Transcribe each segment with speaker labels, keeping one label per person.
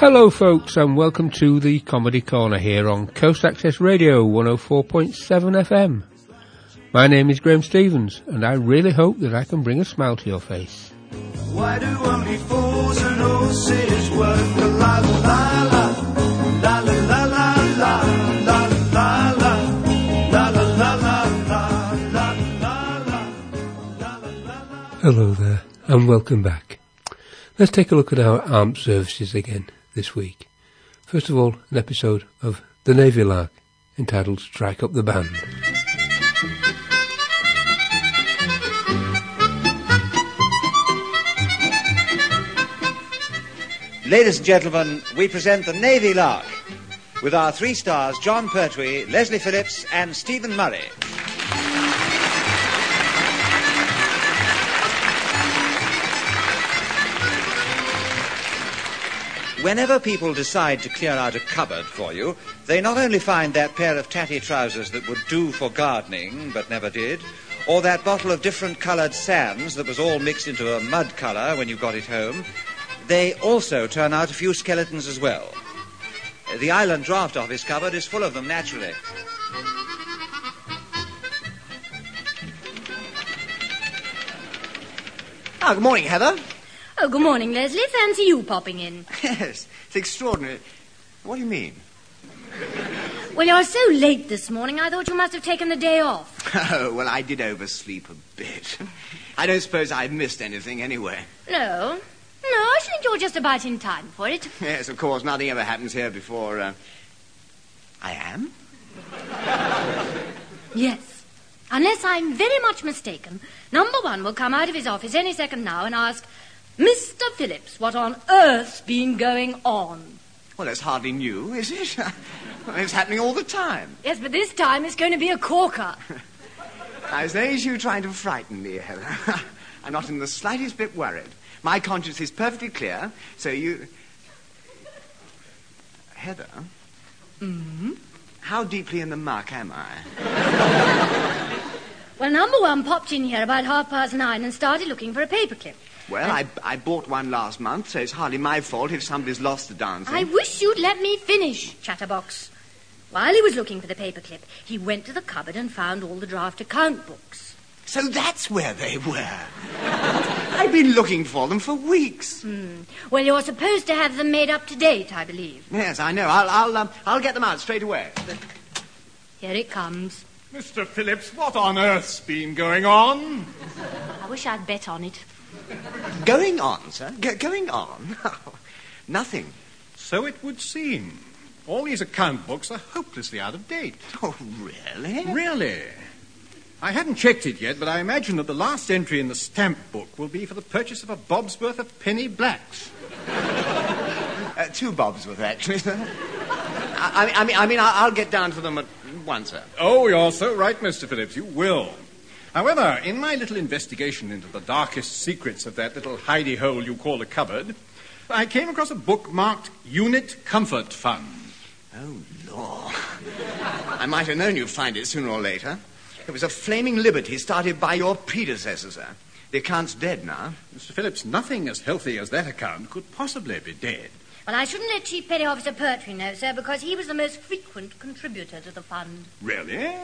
Speaker 1: Hello, folks, and welcome to the Comedy Corner here on Coast Access Radio 104.7 FM. My name is Graham Stevens, and I really hope that I can bring a smile to your face.
Speaker 2: Why do only fools and horses work the la la la la la la la la la la la la la la la la la la la
Speaker 1: Hello there, and welcome back. Let's take a look at our armed services again this week. First of all, an episode of The Navy Lark entitled Strike Up the Band.
Speaker 3: Ladies and gentlemen, we present the Navy Lark with our three stars, John Pertwee, Leslie Phillips, and Stephen Murray. Whenever people decide to clear out a cupboard for you, they not only find that pair of tatty trousers that would do for gardening but never did, or that bottle of different coloured sands that was all mixed into a mud colour when you got it home, they also turn out a few skeletons as well. The Island Draft Office cupboard is full of them naturally.
Speaker 4: Oh, good morning, Heather.
Speaker 5: Oh, good morning, Leslie. Fancy you popping in.
Speaker 4: Yes, it's extraordinary. What do you mean?
Speaker 5: Well, you're so late this morning, I thought you must have taken the day off.
Speaker 4: Oh, well, I did oversleep a bit. I don't suppose I've missed anything anyway.
Speaker 5: No. No, I think you're just about in time for it.
Speaker 4: Yes, of course, nothing ever happens here before. Uh... I am?
Speaker 5: Yes. Unless I'm very much mistaken, number one will come out of his office any second now and ask, Mr. Phillips, what on earth's been going on?
Speaker 4: Well, that's hardly new, is it? it's happening all the time.
Speaker 5: Yes, but this time it's going to be a corker.
Speaker 4: Now, is there's you trying to frighten me, Heather. I'm not in the slightest bit worried. My conscience is perfectly clear, so you. Heather? Mm How deeply in the muck am I?
Speaker 5: Well, number one popped in here about half past nine and started looking for a paperclip.
Speaker 4: Well, I, I bought one last month, so it's hardly my fault if somebody's lost the eh? darn
Speaker 5: I
Speaker 4: thing.
Speaker 5: wish you'd let me finish, Chatterbox. While he was looking for the paperclip, he went to the cupboard and found all the draft account books.
Speaker 4: So that's where they were. I've been looking for them for weeks.
Speaker 5: Well, you're supposed to have them made up to date, I believe.
Speaker 4: Yes, I know. I'll, I'll, um, I'll get them out straight away.
Speaker 5: Here it comes.
Speaker 6: Mr. Phillips, what on earth's been going on?
Speaker 5: I wish I'd bet on it.
Speaker 4: Going on, sir. Go- going on. Oh, Nothing.
Speaker 6: So it would seem. All these account books are hopelessly out of date.
Speaker 4: Oh, really?
Speaker 6: Really? I haven't checked it yet, but I imagine that the last entry in the stamp book will be for the purchase of a bob's worth of penny blacks.
Speaker 4: Uh, two bobs with that, sir. I, I mean, I mean, I'll, I'll get down to them at once, sir.
Speaker 6: Oh, you're so right, Mr. Phillips. You will. However, in my little investigation into the darkest secrets of that little hidey hole you call a cupboard, I came across a book marked Unit Comfort Fund.
Speaker 4: Oh, Lord. Oh. I might have known you'd find it sooner or later. It was a flaming liberty started by your predecessor, sir. The account's dead now.
Speaker 6: Mr. Phillips, nothing as healthy as that account could possibly be dead.
Speaker 5: Well, I shouldn't let Chief Petty Officer Pertwee know, sir, because he was the most frequent contributor to the fund. Hmm.
Speaker 6: Really?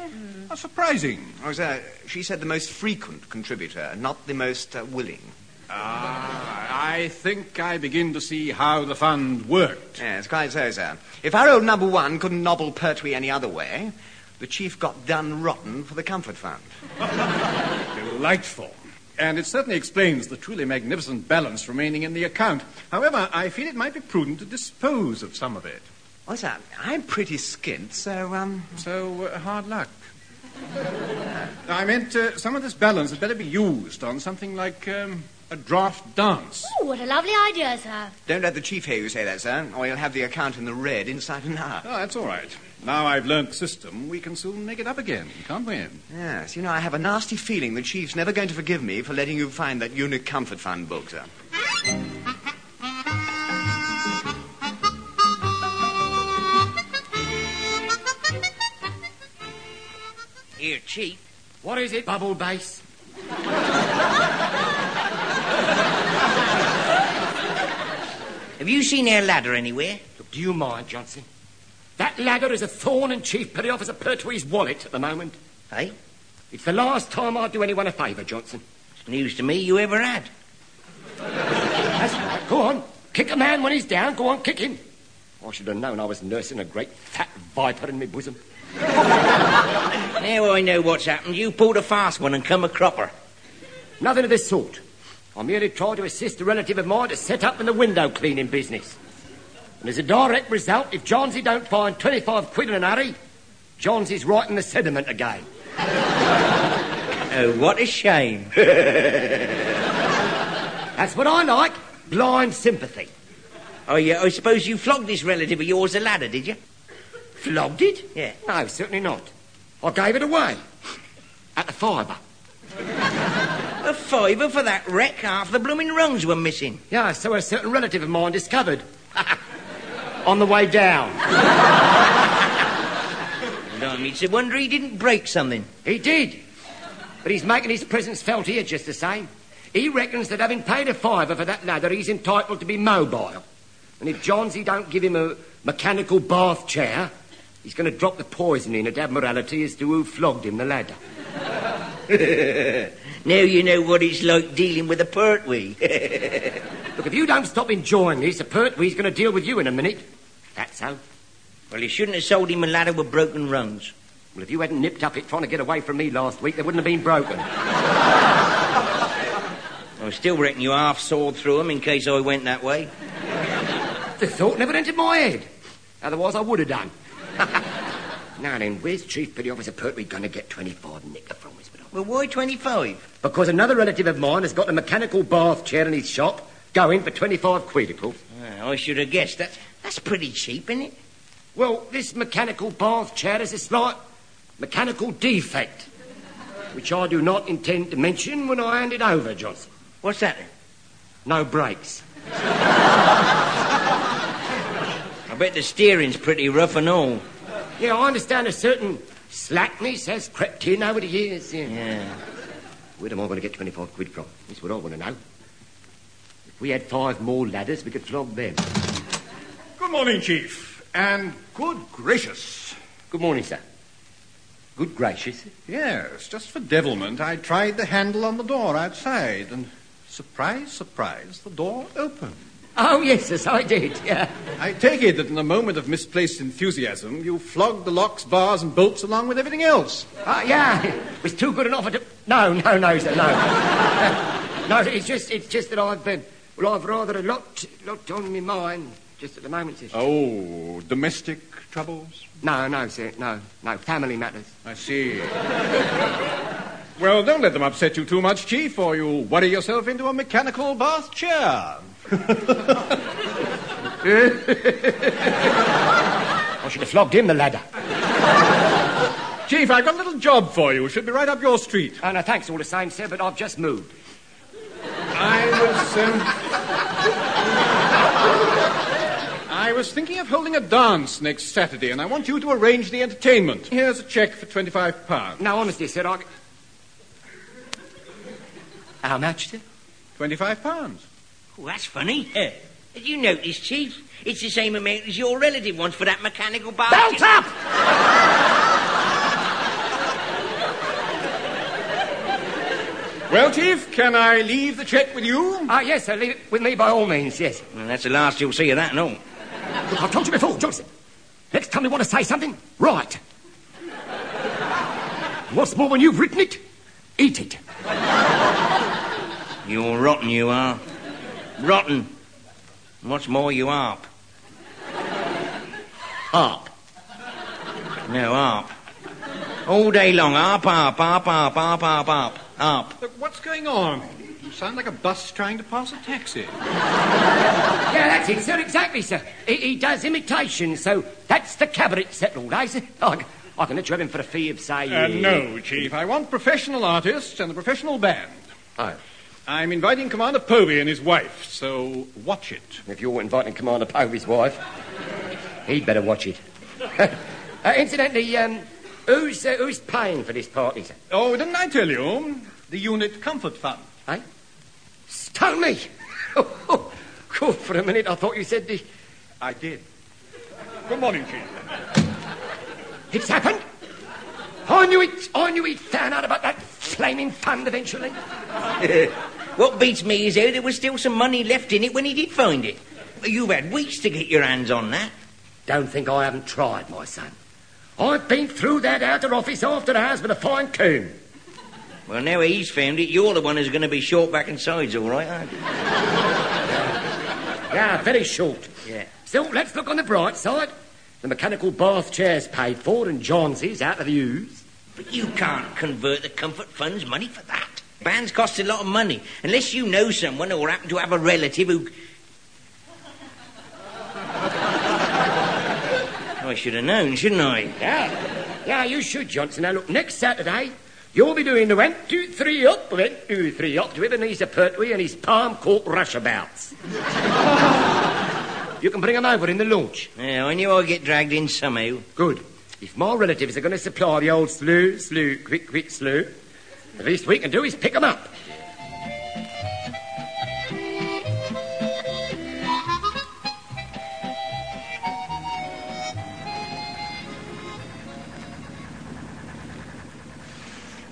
Speaker 6: How surprising.
Speaker 4: Oh, sir, she said the most frequent contributor, not the most uh, willing.
Speaker 6: Ah, I think I begin to see how the fund worked.
Speaker 4: Yes, quite so, sir. If our old number one couldn't nobble Pertwee any other way, the chief got done rotten for the comfort fund.
Speaker 6: Delightful. And it certainly explains the truly magnificent balance remaining in the account. However, I feel it might be prudent to dispose of some of it.
Speaker 4: What's that? I'm pretty skint, so, um...
Speaker 6: So, uh, hard luck. I meant uh, some of this balance had better be used on something like um, a draft dance.
Speaker 5: Oh, what a lovely idea, sir.
Speaker 4: Don't let the chief hear you say that, sir, or he'll have the account in the red inside an hour.
Speaker 6: Oh, that's all right. Now I've learnt the system, we can soon make it up again, can't we?
Speaker 4: Yes, you know, I have a nasty feeling the chief's never going to forgive me for letting you find that Unit Comfort Fund book, sir.
Speaker 7: Here, Chief. What is it? Bubble bass. Have you seen their ladder anywhere?
Speaker 8: Look, do you mind, Johnson? That ladder is a thorn in Chief Petty of Pertwee's wallet at the moment.
Speaker 7: Eh?
Speaker 8: It's the last time I'd do anyone a favour, Johnson.
Speaker 7: It's news to me you ever had.
Speaker 8: That's right. Go on. Kick a man when he's down. Go on, kick him. I should have known I was nursing a great fat viper in my bosom.
Speaker 7: Now I know what's happened. You pulled a fast one and come a cropper.
Speaker 8: Nothing of this sort. I merely tried to assist a relative of mine to set up in the window cleaning business. And as a direct result, if Johnsy don't find 25 quid in a hurry, Johnsy's right in the sediment again.
Speaker 7: Oh, what a shame.
Speaker 8: That's what I like. Blind sympathy.
Speaker 7: Oh, yeah, I suppose you flogged this relative of yours a ladder, did you?
Speaker 8: Flogged it?
Speaker 7: Yeah.
Speaker 8: No, certainly not. I gave it away. At the fibre.
Speaker 7: A fiver for that wreck. Half the blooming rungs were missing.
Speaker 8: Yeah, so a certain relative of mine discovered. On the way down.
Speaker 7: Blimey, it's a wonder he didn't break something.
Speaker 8: He did. But he's making his presence felt here just the same. He reckons that having paid a fiver for that ladder, he's entitled to be mobile. And if Johnsy don't give him a mechanical bath chair, he's going to drop the poison in at Admiralty as to who flogged him the ladder.
Speaker 7: Now you know what it's like dealing with a Pertwee.
Speaker 8: Look, if you don't stop enjoying this, the Pertwee's going to deal with you in a minute. That's so.
Speaker 7: well, he shouldn't have sold him a ladder with broken rungs.
Speaker 8: Well, if you hadn't nipped up it trying to get away from me last week, they wouldn't have been broken.
Speaker 7: I still reckon you half sawed through him in case I went that way.
Speaker 8: The thought never entered my head. Otherwise, I would have done. now then, where's Chief Petty Officer Pertwee going to get 25 nicker from us?
Speaker 7: Well, why 25?
Speaker 8: Because another relative of mine has got a mechanical bath chair in his shop, going for 25 quid, of course.
Speaker 7: Ah, I should have guessed. That's, that's pretty cheap, isn't it?
Speaker 8: Well, this mechanical bath chair has a slight mechanical defect, which I do not intend to mention when I hand it over, Johnson.
Speaker 7: What's that then?
Speaker 8: No brakes.
Speaker 7: I bet the steering's pretty rough and all.
Speaker 8: Yeah, I understand a certain slackness has crept in over the years. Yeah.
Speaker 7: Yeah.
Speaker 8: Where am I going to get 25 quid from? That's what I want to know. If we had five more ladders, we could flog them.
Speaker 6: Good morning, Chief. And good gracious.
Speaker 8: Good morning, sir. Good gracious.
Speaker 6: Yes, just for devilment, I tried the handle on the door outside, and surprise, surprise, the door opened.
Speaker 8: Oh, yes, yes, I did. Yeah.
Speaker 6: I take it that in a moment of misplaced enthusiasm, you flogged the locks, bars, and bolts along with everything else.
Speaker 8: Uh, yeah, it was too good an offer to... No, no, no, sir, no. no, it's just, it's just that I've been... Well, I've rather a lot, lot on my mind just at the moment, sir.
Speaker 6: Oh, domestic troubles?
Speaker 8: No, no, sir, no, no, family matters.
Speaker 6: I see. well, don't let them upset you too much, Chief, or you'll worry yourself into a mechanical bath chair.
Speaker 8: I should have flogged him the ladder.
Speaker 6: Chief, I've got a little job for you. Should be right up your street.
Speaker 8: Oh, no, thanks all the same, sir, but I've just moved.
Speaker 6: I was. Um... I was thinking of holding a dance next Saturday, and I want you to arrange the entertainment. Here's a check for twenty-five pounds.
Speaker 8: No, honestly, sir, I... How much, sir?
Speaker 6: Twenty-five pounds.
Speaker 7: Oh, that's funny. Yeah. Did you notice, Chief? It's the same amount as your relative wants for that mechanical bar.
Speaker 8: Belt up!
Speaker 6: Well, Chief, can I leave the check with you?
Speaker 8: Ah, yes, sir, leave it with me by all means, yes.
Speaker 7: Well, that's the last you'll see of that and all.
Speaker 8: Look, I've told you before, Johnson. Next time you want to say something, write. What's more, when you've written it, eat it.
Speaker 7: You're rotten, you are. Rotten. And What's more, you harp. Harp. No, harp. All day long, harp, harp, harp, harp, harp, harp, harp, harp.
Speaker 6: Look, what's going on? You sound like a bus trying to pass a taxi.
Speaker 8: Yeah, that's it, sir, exactly, sir. He, he does imitations, so that's the cabaret settled, eh, sir? I, c- I can let you have him for a fee of, say...
Speaker 6: Uh, no, Chief. I want professional artists and a professional band.
Speaker 8: Oh,
Speaker 6: I'm inviting Commander Povey and his wife, so watch it.
Speaker 8: if you're inviting Commander Povey's wife, he'd better watch it. uh, incidentally, um, who's, uh, who's paying for this party, sir?
Speaker 6: Oh, didn't I tell you? The Unit Comfort Fund.
Speaker 8: Eh? Stone me! Good, for a minute I thought you said the...
Speaker 6: I did. Good morning, Chief.
Speaker 8: It's happened. I knew it. I knew he'd found out about that flaming fund eventually.
Speaker 7: What beats me is how there was still some money left in it when he did find it. You've had weeks to get your hands on that.
Speaker 8: Don't think I haven't tried, my son. I've been through that outer office after hours with a fine comb.
Speaker 7: Well, now he's found it, you're the one who's going to be short back and sides, all right, aren't you?
Speaker 8: Oh, Yeah, very short.
Speaker 7: Yeah.
Speaker 8: Still, let's look on the bright side. The mechanical bath chair's paid for and Johnsy's out of the ooze.
Speaker 7: But you can't convert the Comfort Fund's money for that. Bands cost a lot of money, unless you know someone or happen to have a relative who. I should have known, shouldn't I?
Speaker 8: Yeah. Yeah, you should, Johnson. Now, look, next Saturday, you'll be doing the one, two, three up, one, two, three up with Anisa Pertwee and his palm court rushabouts. you can bring 'em over in the launch.
Speaker 7: Yeah, I knew I'd get dragged in somehow.
Speaker 8: Good. If my relatives are going to supply the old slew, slew, quick, quick slew, the least we can do is pick 'em up.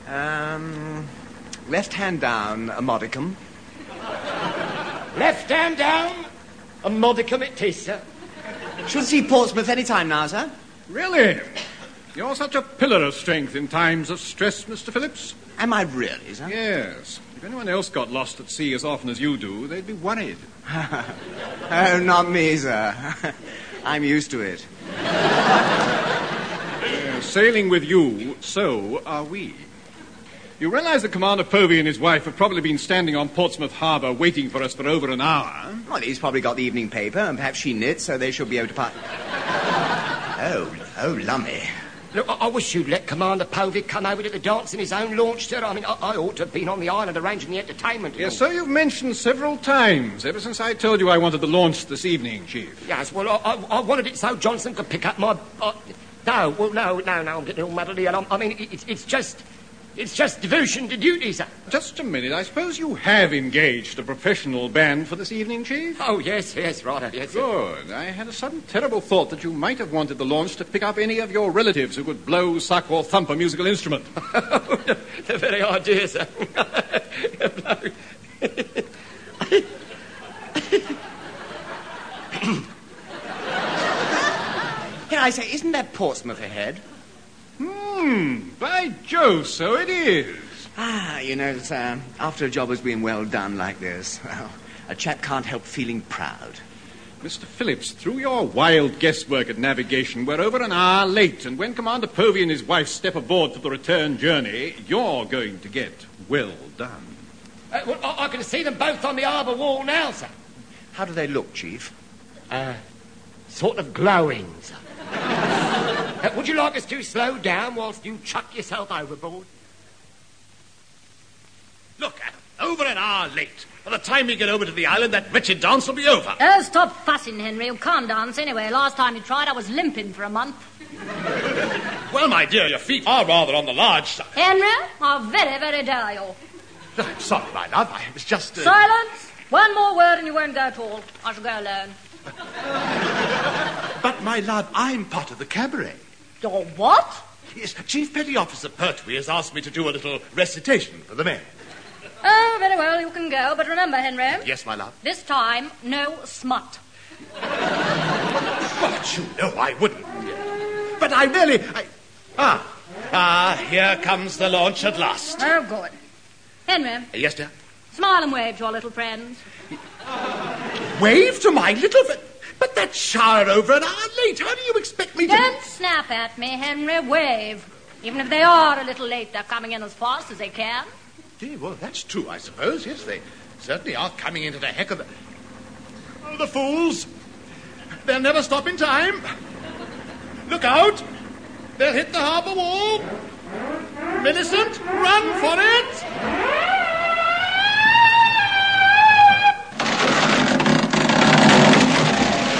Speaker 4: Um, left hand down, a modicum.
Speaker 8: Left hand down, a modicum it is, sir.
Speaker 4: Should see Portsmouth any time now, sir.
Speaker 6: Really? You're such a pillar of strength in times of stress, Mr. Phillips.
Speaker 4: Am I really, sir?
Speaker 6: Yes. If anyone else got lost at sea as often as you do, they'd be worried. Uh,
Speaker 4: Oh, not me, sir. I'm used to it.
Speaker 6: Uh, sailing with you, so are we. You realize that Commander Povey and his wife have probably been standing on Portsmouth Harbor waiting for us for over an hour.
Speaker 4: Well, he's probably got the evening paper, and perhaps she knits, so they should be able to part. Oh, oh, lummy.
Speaker 8: Look, I, I wish you'd let Commander Povey come over to the dance in his own launch, sir. I mean, I, I ought to have been on the island arranging the entertainment. and
Speaker 6: Yes,
Speaker 8: all.
Speaker 6: so you've mentioned several times, ever since I told you I wanted the launch this evening, Chief.
Speaker 8: Yes, well, I, I, I wanted it so Johnson could pick up my. I, no, well, no, no, no, I'm getting all muddled here. I'm, I mean, it, it's, it's just. It's just devotion to duty, sir.
Speaker 6: Just a minute, I suppose you have engaged a professional band for this evening, Chief?
Speaker 8: Oh, yes, yes, right, yes. sir.
Speaker 6: Good. I had a sudden terrible thought that you might have wanted the launch to pick up any of your relatives who could blow, suck, or thump a musical instrument.
Speaker 8: the very idea, sir.
Speaker 4: Here, I say, isn't that Portsmouth ahead?
Speaker 6: Hmm, by Jove, so it is.
Speaker 4: Ah, you know, sir, after a job has been well done like this, well, a chap can't help feeling proud.
Speaker 6: Mr. Phillips, through your wild guesswork at navigation, we're over an hour late, and when Commander Povey and his wife step aboard for the return journey, you're going to get well done.
Speaker 8: Uh, well, I, I can see them both on the harbour wall now, sir.
Speaker 4: How do they look, Chief?
Speaker 8: Uh, sort of glowing, sir. Uh, would you like us to slow down whilst you chuck yourself overboard?
Speaker 9: Look at 'em, Over an hour late. By the time we get over to the island, that wretched dance will be over.
Speaker 5: Oh, stop fussing, Henry. You can't dance anyway. Last time you tried, I was limping for a month.
Speaker 9: Well, my dear, your feet are rather on the large side.
Speaker 5: Henry, I very, very dare you.
Speaker 9: I'm sorry, my love. I was just. Uh...
Speaker 5: Silence! One more word and you won't go at all. I shall go alone.
Speaker 9: But, my love, I'm part of the cabaret.
Speaker 5: Your what?
Speaker 9: Yes, Chief Petty Officer Pertwee has asked me to do a little recitation for the men.
Speaker 5: Oh, very well, you can go. But remember, Henry,
Speaker 9: Yes, my love.
Speaker 5: this time, no smut.
Speaker 9: But you know I wouldn't. But I really. I... Ah. Ah, here comes the launch at last.
Speaker 5: Oh, good. Henry,
Speaker 9: Yes, dear.
Speaker 5: smile and wave to your little friends.
Speaker 9: Wave to my little. But, but that shower over an hour late. How do you expect me to.
Speaker 5: Don't snap at me, Henry. Wave. Even if they are a little late, they're coming in as fast as they can.
Speaker 9: Gee, well, that's true, I suppose. Yes, they certainly are coming into the heck of the. Oh, the fools! They'll never stop in time. Look out! They'll hit the harbor wall. Millicent, run for it!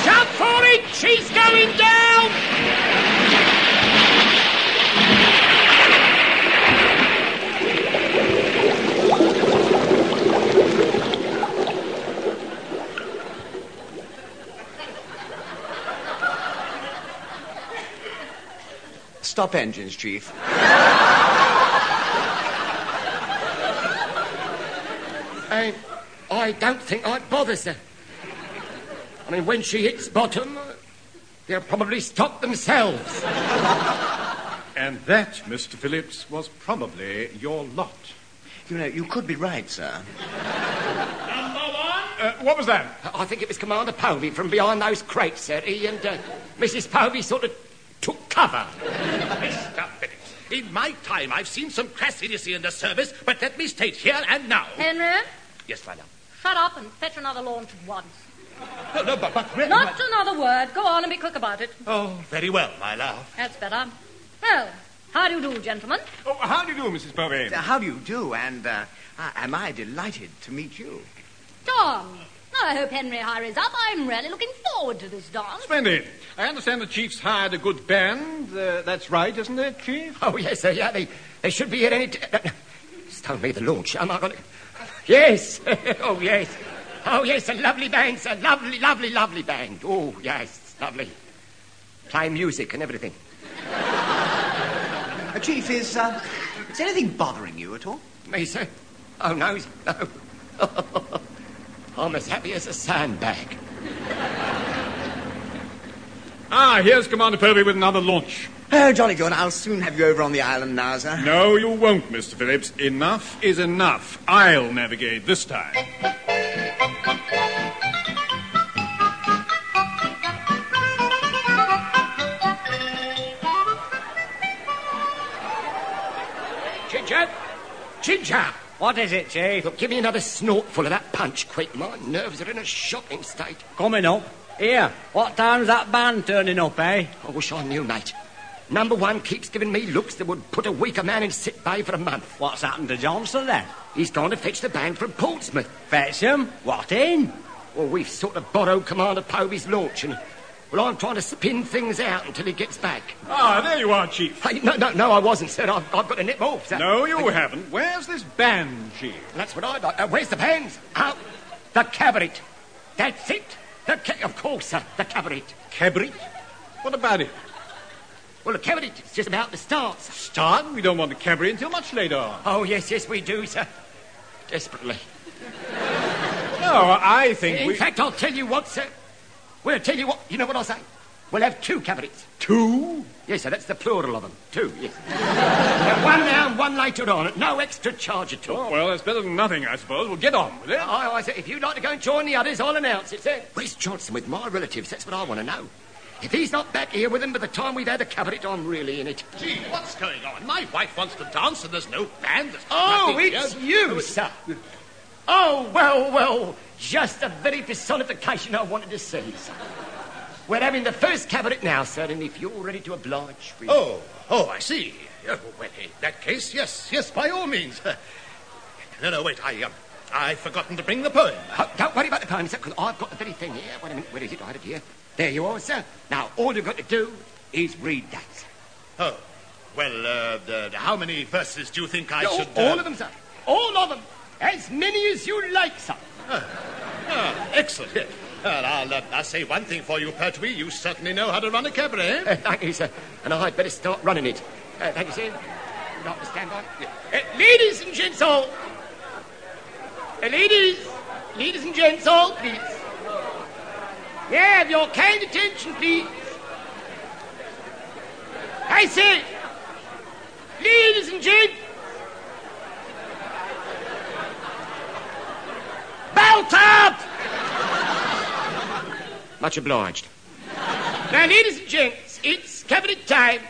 Speaker 8: Jump for it! She's going down!
Speaker 4: Stop engines, Chief.
Speaker 8: I, I don't think I'd bother, sir. I mean, when she hits bottom, they'll probably stop themselves.
Speaker 6: And that, Mr. Phillips, was probably your lot.
Speaker 4: You know, you could be right, sir.
Speaker 6: Uh, what was that?
Speaker 8: I think it was Commander Povey from behind those crates, sir. He and uh, Mrs. Povey sort of took cover.
Speaker 9: Mr. Phillips, in my time, I've seen some crass idiocy in the service, but let me state here and now.
Speaker 5: Henry,
Speaker 9: Yes, my love.
Speaker 5: shut up and fetch another launch at once.
Speaker 9: Oh, No, no, but, but really,
Speaker 5: Not
Speaker 9: my-
Speaker 5: another word. Go on and be quick about it.
Speaker 9: Oh, very well, my love.
Speaker 5: That's better. Well, how do you do, gentlemen?
Speaker 6: Oh,
Speaker 4: uh-huh.
Speaker 6: how do you do, Mrs. Povey?
Speaker 4: Uh, How do you do? And uh, I- am I delighted to meet you?
Speaker 5: Tom, I hope Henry hurries up. I'm really looking forward to this dance.
Speaker 6: Splendid. I understand the chief's hired a good band. Uh, that's right, isn't it, chief?
Speaker 8: Oh, yes, sir, yeah, they, they should be here any... T- Stone me the launch. Am I going to... Yes. oh, yes. Oh, yes, a lovely band, sir. Lovely, lovely, lovely band. Oh, yes, lovely. Play music and everything.
Speaker 4: Uh, Chief, is, uh, is anything bothering you at all?
Speaker 8: Me, sir? Oh, no, sir, no. I'm as happy as a sandbag.
Speaker 6: Ah, here's Commander Povey with another launch.
Speaker 4: Oh, jolly good. I'll soon have you over on the island now, sir.
Speaker 6: No, you won't, Mr. Phillips. Enough is enough. I'll navigate this time.
Speaker 8: Ginger! Ginger!
Speaker 10: What is it, Chief?
Speaker 8: Look, give me another snortful of that punch, quick. My nerves are in a shocking state.
Speaker 10: Coming up. Here, what time's that band turning up, eh?
Speaker 8: I wish I knew, mate. Number one keeps giving me looks that would put a weaker man in sick bay for a month.
Speaker 10: What's happened to Johnson then?
Speaker 8: He's gone to fetch the band from Portsmouth.
Speaker 10: Fetch him? What in?
Speaker 8: Well, we've sort of borrowed Commander Povey's launch, and well, I'm trying to spin things out until he gets back.
Speaker 6: Ah, there you are, chief.
Speaker 8: Hey, no, no, no, I wasn't, sir. I've, I've got a nip off, sir.
Speaker 6: No, you haven't. Where's this band, chief?
Speaker 8: That's what I like. Uh, where's the bands? Out. The cabaret. That's it. The ca- of course, sir. The cabaret.
Speaker 6: Cabaret? What about it?
Speaker 8: Well, the cabaret is just about to start, sir.
Speaker 6: Start? We don't want the cabaret until much later.
Speaker 8: Oh, yes, yes, we do, sir. Desperately.
Speaker 6: No, I think
Speaker 8: In
Speaker 6: we...
Speaker 8: fact, I'll tell you what, sir. We'll tell you what. You know what I'll say? We'll have two cabarets.
Speaker 6: Two?
Speaker 8: Yes, sir, that's the plural of them. Two, yes. Now, one now and one later on at no extra charge at all.
Speaker 6: Oh, well, that's better than nothing, I suppose. Well, get on with it.
Speaker 8: I, I said, if you'd like to go and join the others, I'll announce it, sir. Where's Johnson with my relatives? That's what I want to know. If he's not back here with him by the time we've had the cabaret, I'm really in it.
Speaker 9: Gee, what's going on? My wife wants to dance, and there's no band. There's
Speaker 8: Oh,
Speaker 9: nothing
Speaker 8: it's
Speaker 9: here.
Speaker 8: you, sir. Oh, well, well, just the very personification I wanted to see, sir. We're having the first cabaret now, sir, and if you're ready to oblige, we...
Speaker 9: Oh, oh, I see. Oh, well, in that case, yes, yes, by all means. Uh, No, no, wait, I, um, I've forgotten to bring the poem.
Speaker 8: Oh, don't worry about the poem, sir, 'cause I've got the very thing here. Wait a minute, where is it? I had it here. There you are, sir. Now, all you've got to do is read that, sir.
Speaker 9: Oh, well, uh, the, the- how many verses do you think I
Speaker 8: all,
Speaker 9: should... uh,
Speaker 8: all of them, sir. All of them. As many as you like, sir.
Speaker 9: Uh, Ah, excellent. Well, I'll, uh, I'll say one thing for you, Pertwee. You certainly know how to run a cabaret.
Speaker 8: Uh, thank you, sir. And I'd better start running it. Uh, thank you, sir. Not to stand by. Uh, ladies and gents, all. Uh, ladies. Ladies and gents, all, please. Yeah, have your kind attention, please. I say, ladies and gents. Belt up! Much obliged. Now, ladies and gents, it's cabinet time.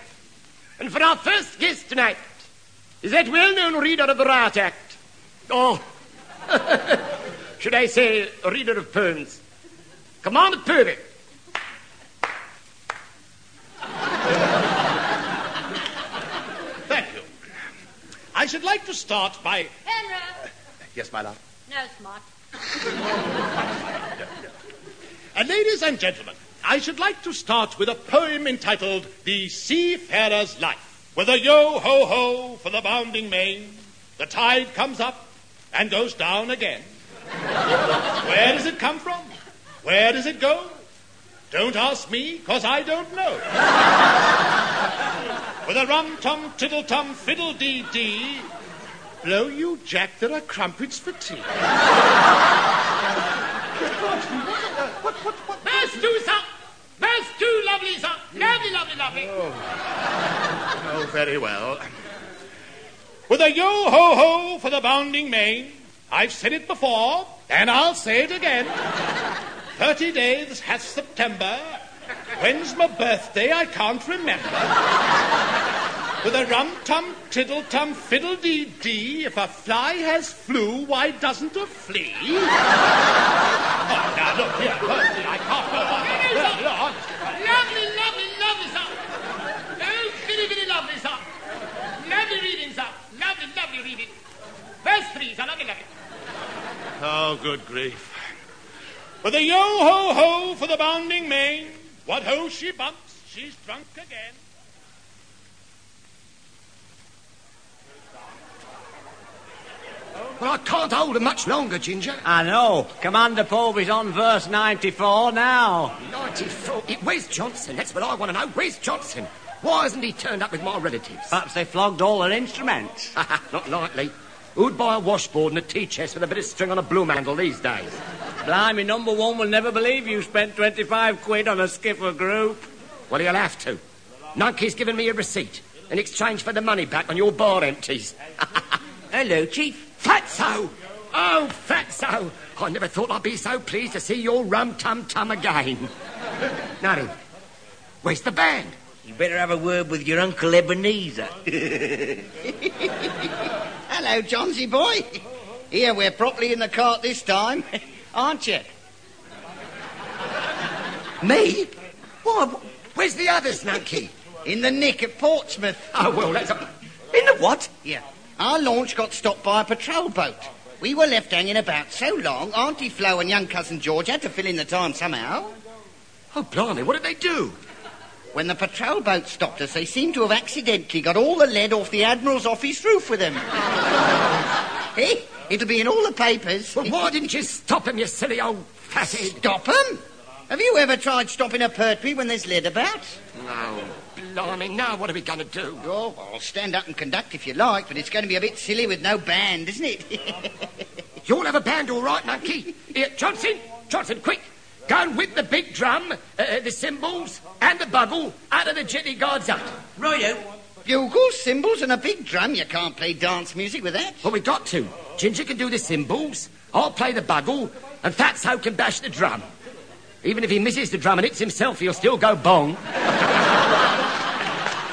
Speaker 8: And for our first guest tonight is that well known reader of the Riot Act. Oh, should I say, reader of poems? Commander Purdy.
Speaker 9: Thank you. I should like to start by...
Speaker 5: Henry!
Speaker 9: Yes, my love.
Speaker 5: No, smart.
Speaker 9: And Uh, ladies and gentlemen, I should like to start with a poem entitled The Seafarer's Life. With a yo ho ho for the bounding main, the tide comes up and goes down again. Where does it come from? Where does it go? Don't ask me, 'cause I don't know. with a rum tum tiddle tum fiddle dee dee. Blow you, Jack, there are crumpets for tea.
Speaker 11: There's two, sir. There's two lovely, sir. Lovely, lovely, lovely.
Speaker 9: Oh, very well. With a yo ho ho for the bounding main. I've said it before, and I'll say it again. Thirty days hath September. When's my birthday? I can't remember. With a rum tum tiddle tum fiddle dee dee. If a fly has flew, why doesn't a flea? oh, now look here. Percy, I can't go on. Look, look, I'm
Speaker 11: Lovely, lovely, lovely, sir. Oh, very, very lovely, sir. Lovely reading, sir. Lovely, lovely reading. Verse three, sir. Lovely, lovely.
Speaker 9: Oh, good grief. With a yo ho ho for the bounding main. What ho she bumps, she's drunk again.
Speaker 8: Well, I can't hold her much longer, Ginger.
Speaker 10: I know. Commander Povey's on verse 94 now.
Speaker 8: 94. It, where's Johnson? That's what I want to know. Where's Johnson? Why hasn't he turned up with my relatives?
Speaker 10: Perhaps they flogged all their instruments.
Speaker 8: Not likely. Who'd buy a washboard and a tea chest with a bit of string on a bloom handle these days?
Speaker 10: Blimey, number one will never believe you spent 25 quid on a skipper group.
Speaker 8: Well, he'll have to. Nunkie's given me a receipt in exchange for the money back on your bar empties.
Speaker 7: Hello, Chief.
Speaker 8: Fatso! Oh, Fatso! I never thought I'd be so pleased to see your rum tum tum again. Now then, where's the band?
Speaker 7: You better have a word with your Uncle Ebenezer.
Speaker 12: Hello, Johnsy boy. Here we're properly in the cart this time, aren't you?
Speaker 8: Me? Why, wh- where's the others, Nunky?
Speaker 12: In the nick at Portsmouth.
Speaker 8: Oh, well, that's a...
Speaker 12: In the what? Yeah. Our launch got stopped by a patrol boat. We were left hanging about so long, Auntie Flo and young cousin George had to fill in the time somehow.
Speaker 8: Oh, blimey, what did they do?
Speaker 12: When the patrol boat stopped us, they seemed to have accidentally got all the lead off the Admiral's office roof with them. eh? It'll be in all the papers.
Speaker 8: Well, why didn't you stop him, you silly old fatty?
Speaker 12: Stop 'em? Have you ever tried stopping a pertwee when there's lead about?
Speaker 8: No, Oh, blimey, now what are we going to do?
Speaker 12: Oh, well, I'll stand up and conduct if you like, but it's going to be a bit silly with no band, isn't it?
Speaker 8: You'll have a band all right, Nunky. Here, Johnson, Johnson, quick. Go and whip the big drum, uh, the cymbals, and the bugle out of the jetty guard's hut.
Speaker 7: Righto.
Speaker 12: Bugles, cymbals, and a big drum. You can't play dance music with that.
Speaker 8: Well, we got to. Ginger can do the cymbals, I'll play the bugle, and Fatso can bash the drum. Even if he misses the drum and hits himself, he'll still go bong.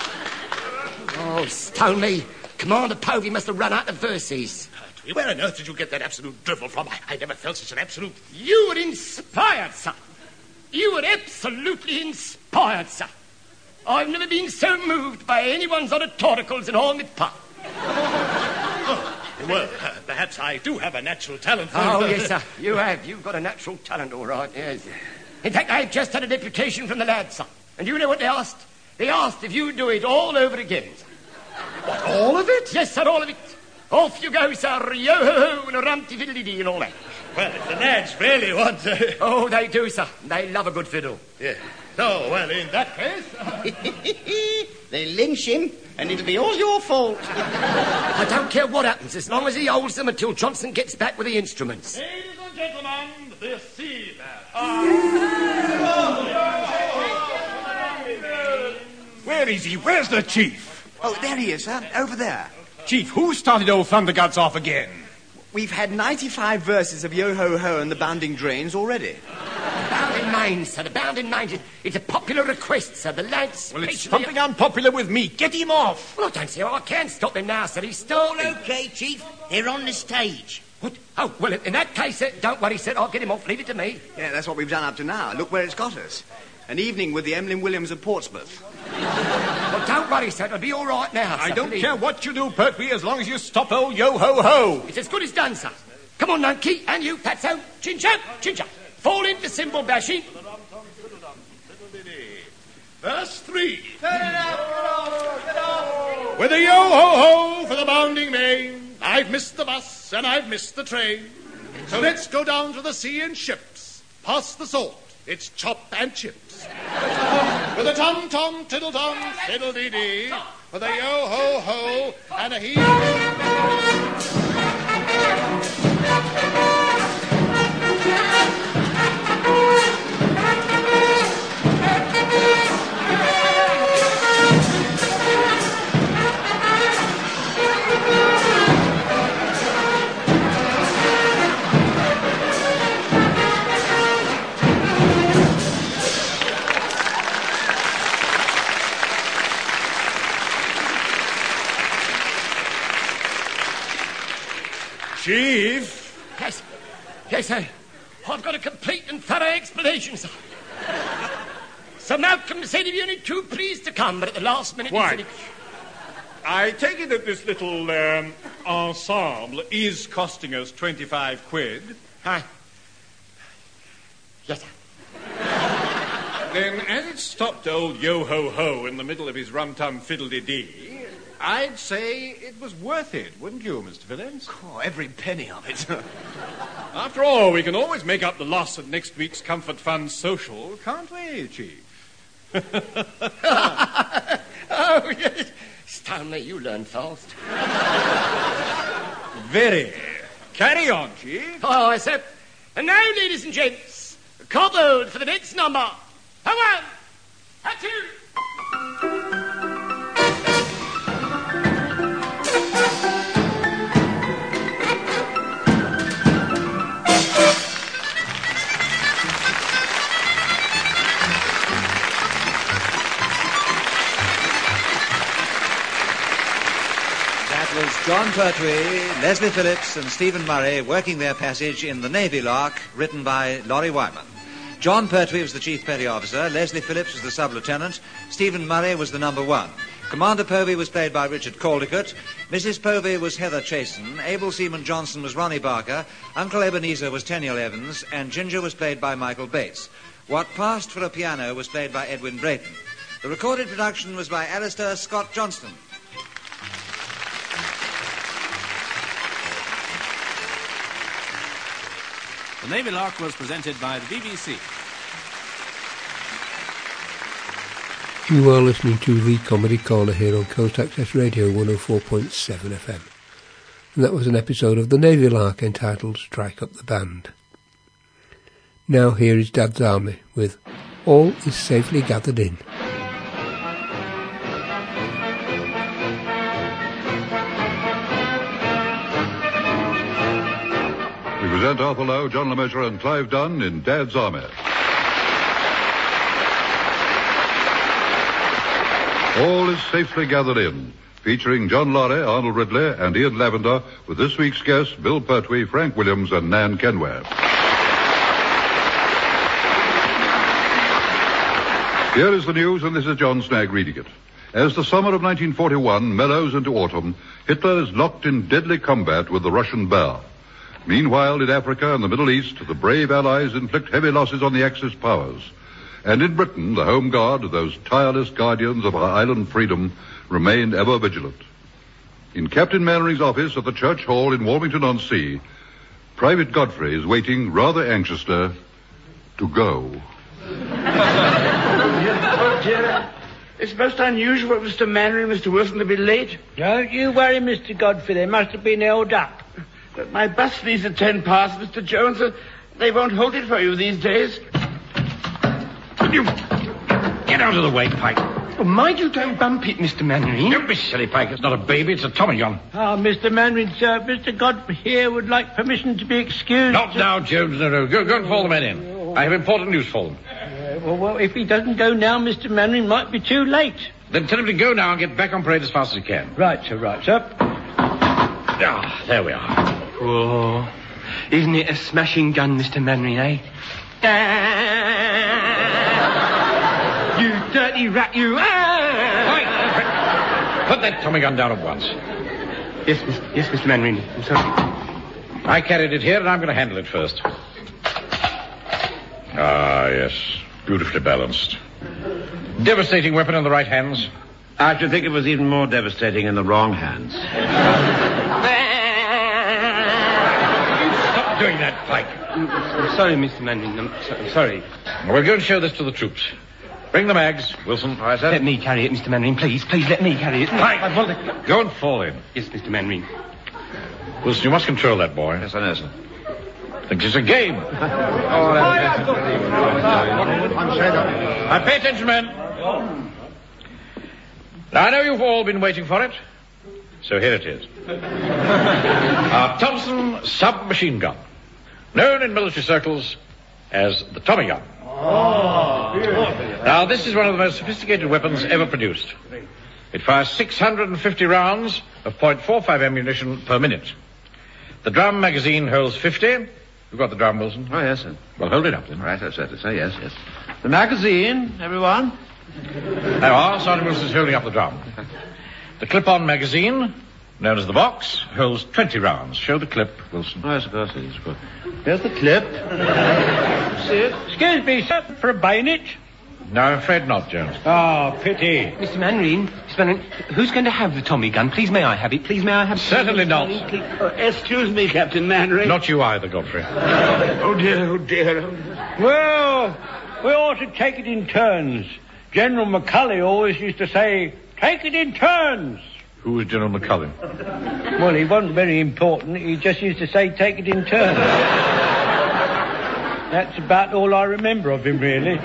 Speaker 8: oh, stone me. Commander Povey must have run out of verses.
Speaker 9: Where on earth did you get that absolute drivel from? I, I never felt such an absolute.
Speaker 8: You were inspired, sir. You were absolutely inspired, sir. I've never been so moved by anyone's oratoricals in all my part.
Speaker 9: Well, uh, perhaps I do have a natural talent for
Speaker 8: Oh, yes, sir. You have. You've got a natural talent, all right, yes. In fact, I've just had a deputation from the lads, sir. And you know what they asked? They asked if you'd do it all over again, sir. What, all of it? Yes, sir, all of it. Off you go, sir. Yo-ho-ho and a rumpty fiddly-dee and all that.
Speaker 9: Well, if the lads really want to.
Speaker 8: Oh, they do, sir. They love a good fiddle.
Speaker 9: Yeah. So, well, in that case. uh,
Speaker 12: they lynch him, and it'll be all your fault.
Speaker 8: I don't care what happens, as long as he holds them until Johnson gets back with the instruments.
Speaker 9: Ladies and gentlemen, the sea bass.
Speaker 6: Where is he? Where's the chief?
Speaker 3: Oh, there he is, sir. Over there.
Speaker 6: Chief, who started old Thunderguts off again?
Speaker 3: We've had 95 verses of Yo Ho Ho and the Bounding Drains already.
Speaker 8: Bound in mind, sir, the bound in mind. It's a popular request, sir. The lads.
Speaker 6: Well, it's
Speaker 8: patiently-
Speaker 6: something unpopular with me. Get him off.
Speaker 8: Well, I don't see how I can stop him now, sir. He's stolen.
Speaker 7: Okay, Chief. They're on the stage.
Speaker 8: What? Oh, well, in that case, sir, don't worry, sir. I'll get him off. Leave it to me.
Speaker 3: Yeah, that's what we've done up to now. Look where it's got us. An evening with the Emlyn Williams of Portsmouth.
Speaker 8: Well, don't worry, sir. It'll be all right now.
Speaker 6: I
Speaker 8: sir,
Speaker 6: don't
Speaker 8: believe
Speaker 6: care
Speaker 8: me.
Speaker 6: what you do, Pertwee, as long as you stop old Oh, yo ho ho.
Speaker 8: It's as good as done, sir. Come on, Nunky, and you, Patso. Ginger, Ginger. Fall into cymbal bashing.
Speaker 9: Verse 3. With a yo ho ho for the bounding main. I've missed the bus and I've missed the train. So let's go down to the sea in ships. Pass the salt. It's chop and chips. With a tum tum tiddle tum fiddle dee dee. with a yo ho ho and a heave.
Speaker 6: Chief?
Speaker 8: Yes, yes, sir. I've got a complete and thorough explanation, sir. Sir Malcolm said he only too pleased to come, but at the last minute he
Speaker 6: Why?
Speaker 8: said he...
Speaker 6: I take it that this little um, ensemble is costing us 25 quid.
Speaker 8: Hi. Yes, sir.
Speaker 6: Then, as it stopped old Yo Ho Ho in the middle of his rum tum fiddle de dee, I'd say it was worth it, wouldn't you, Mr. Phillips?
Speaker 4: Oh, every penny of it.
Speaker 6: After all, we can always make up the loss at next week's Comfort Fund social, can't we, Chief?
Speaker 8: Oh, yes. Stanley, you learn fast.
Speaker 6: Very. Carry on, Chief.
Speaker 8: Oh, sir. And now, ladies and gents, cobbled for the next number. A one, a two.
Speaker 3: That was John Pertwee, Leslie Phillips, and Stephen Murray working their passage in The Navy Lark, written by Laurie Wyman. John Pertwee was the chief petty officer, Leslie Phillips was the sub lieutenant, Stephen Murray was the number one. Commander Povey was played by Richard Caldicott, Mrs. Povey was Heather Chason, Abel Seaman Johnson was Ronnie Barker, Uncle Ebenezer was Teniel Evans, and Ginger was played by Michael Bates. What Passed for a Piano was played by Edwin Brayton. The recorded production was by Alistair Scott Johnston.
Speaker 13: The Navy Lark was presented by the BBC.
Speaker 1: You are listening to The Comedy Corner here on Coast Access Radio 104.7 FM. And that was an episode of The Navy Lark entitled Strike Up the Band. Now here is Dad's Army with All Is Safely Gathered In.
Speaker 14: We present Arthur Lowe, John LeMessurier, and Clive Dunn in Dad's Army. All is safely gathered in, featuring John Laurie, Arnold Ridley, and Ian Lavender, with this week's guests Bill Pertwee, Frank Williams, and Nan Kenware. Here is the news, and this is John Snag reading it. As the summer of 1941 mellows into autumn, Hitler is locked in deadly combat with the Russian bear. Meanwhile, in Africa and the Middle East, the brave allies inflict heavy losses on the Axis powers. And in Britain, the Home Guard, those tireless guardians of our island freedom, remained ever vigilant. In Captain Mannering's office at the Church Hall in Wilmington-on-Sea, Private Godfrey is waiting rather anxiously to go.
Speaker 15: Oh, dear. It's most unusual for Mr. Mannering and Mr. Wilson to be late. Don't you worry, Mr. Godfrey. They must have been held up. But my bus leaves at ten past, Mr. Jones. Uh, They won't hold it for you these days. You get out of the Mm-hmm. way, Pike. Oh, mind you don't bump it, Mr. Mannering. Don't be silly, Pike. It's not a baby. It's a Tommy gun.
Speaker 16: Ah, Mr. Mandarin, sir, Mr. Godfrey here would like permission to be excused.
Speaker 17: Not now, Jones. No, no. Go, go and call the men in. I have important news for them.
Speaker 16: Uh, well, well, if he doesn't go now, Mr. Mandarin might be too late.
Speaker 17: Then tell them to go now and get back on parade as fast as you can.
Speaker 15: Right, sir, right, sir.
Speaker 17: Ah, there we are.
Speaker 15: Oh, isn't it a smashing gun, Mr. Manry, eh? Ah! you dirty rat, you.
Speaker 17: Put that Tommy gun down at once.
Speaker 15: Yes, Mr. yes, Mr. Manry. I'm sorry.
Speaker 17: I carried it here, and I'm going to handle it first. Ah, yes. Beautifully balanced. Devastating weapon in the right hands.
Speaker 18: I should think it was even more devastating in the wrong hands.
Speaker 17: Stop doing that, Pike.
Speaker 15: I'm sorry, Mr. Manry. I'm, so- I'm sorry.
Speaker 17: We'll go and show this to the troops.
Speaker 16: Bring the mags, Wilson. I said.
Speaker 8: Let me carry it, Mr. Mannering, please. Please let me carry it.
Speaker 16: Fine.
Speaker 8: I want to...
Speaker 16: Go and fall in.
Speaker 8: Yes, Mr. Mannering.
Speaker 16: Wilson, you must control that boy. Yes, I know, sir. Thinks it's a game. oh, that's- Now, pay attention, men. Now, I know you've all been waiting for it, so here it is. Our Thompson submachine gun, known in military circles as the Tommy gun. Now, this is one of the most sophisticated weapons ever produced. It fires 650 rounds of .45 ammunition per minute. The drum magazine holds 50. You've got the drum, Wilson? Oh, yes, sir. Well, hold it up, then. Right, I said it, sir. Yes, yes. The magazine, everyone? There you are. Sergeant Wilson's holding up the drum. The clip-on magazine, known as the box, holds 20 rounds. Show the clip, Wilson. Oh, yes, of course, yes, of course. Here's the clip.
Speaker 17: Excuse me, sir, for a bayonet?
Speaker 16: No, I'm afraid not, Jones.
Speaker 8: Ah, pity. Mr. Mannering, Mr. Mannering, who's going to have the Tommy gun? Please may I have it? Please may I have it?
Speaker 16: Certainly not.
Speaker 17: Uh,
Speaker 8: excuse me, Captain Mannering.
Speaker 16: Not you either, Godfrey.
Speaker 17: Oh dear, oh dear. Well, we ought to take it in turns. General McCully always used to say, take it in turns.
Speaker 16: Who was General McCullum?
Speaker 17: Well, he wasn't very important. He just used to say, take it in turns. That's about all I remember of him, really.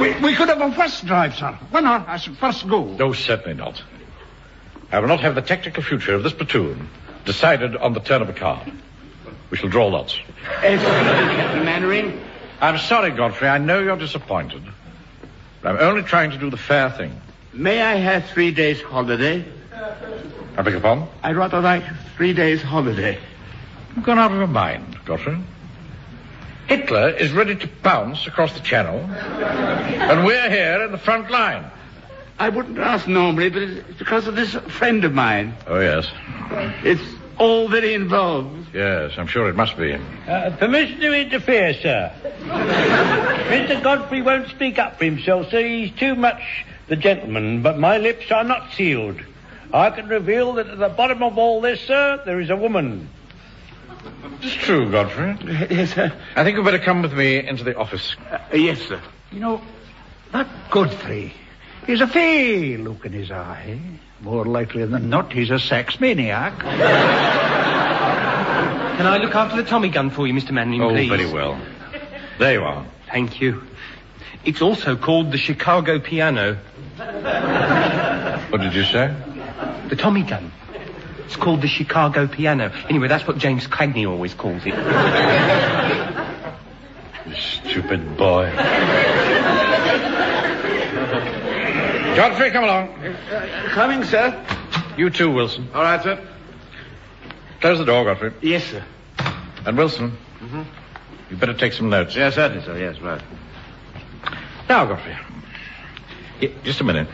Speaker 3: We, we could have a first drive, sir. Why not? I should first go.
Speaker 16: No, certainly not. I will not have the tactical future of this platoon decided on the turn of a card. We shall draw lots.
Speaker 8: Captain Mannering.
Speaker 16: I'm sorry, Godfrey. I know you're disappointed. But I'm only trying to do the fair thing.
Speaker 19: May I have three days' holiday?
Speaker 16: I beg your pardon?
Speaker 19: I'd rather like three days' holiday.
Speaker 16: You've gone out of your mind, Godfrey. Hitler is ready to pounce across the channel, and we're here in the front line.
Speaker 19: I wouldn't ask normally, but it's because of this friend of mine.
Speaker 16: Oh, yes.
Speaker 19: It's all very involved.
Speaker 16: Yes, I'm sure it must be.
Speaker 17: Uh, permission to interfere, sir. Mr. Godfrey won't speak up for himself, sir. He's too much the gentleman, but my lips are not sealed. I can reveal that at the bottom of all this, sir, there is a woman.
Speaker 16: It's true, Godfrey.
Speaker 19: Yes, sir. Uh,
Speaker 16: I think you'd better come with me into the office.
Speaker 19: yes, sir.
Speaker 3: You know, that Godfrey, he's a fey look in his eye. More likely than not, he's a sex maniac.
Speaker 8: Can I look after the Tommy gun for you, Mr. Mannering,
Speaker 16: Oh,
Speaker 8: please?
Speaker 16: very well. There you are.
Speaker 8: Thank you. It's also called the Chicago piano.
Speaker 16: What did you say?
Speaker 8: The Tommy gun. It's called the Chicago piano. Anyway, that's what James Cagney always calls it.
Speaker 16: Stupid boy. Godfrey, come along.
Speaker 19: coming, sir.
Speaker 16: You too, Wilson. Uh, All right, sir. Close the door, Godfrey.
Speaker 19: Yes, sir.
Speaker 16: And Wilson, you'd better take some notes. Mm-hmm. Yes, certainly, sir. Yes, right. Now, Godfrey. Y- Just a minute.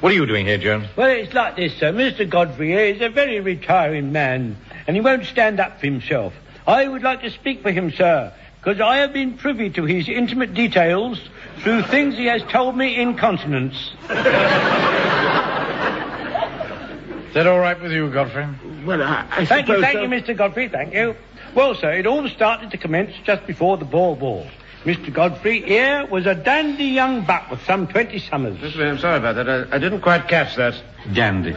Speaker 16: What are you doing here, Jones?
Speaker 17: Well, it's like this, sir. Mr. Godfrey here is a very retiring man, and he won't stand up for himself. I would like to speak for him, sir, because I have been privy to his intimate details through things he has told me in continents.
Speaker 16: Is that all right with you, Godfrey?
Speaker 19: Well, I,
Speaker 17: thank you,
Speaker 19: suppose
Speaker 17: thank
Speaker 19: so.
Speaker 17: you, Mr. Godfrey, thank you. Well, sir, it all started to commence just before the Boer War. Mr. Godfrey here was a dandy young buck with some 20 summers.
Speaker 20: I'm sorry about that. I, I didn't quite catch that. Dandy.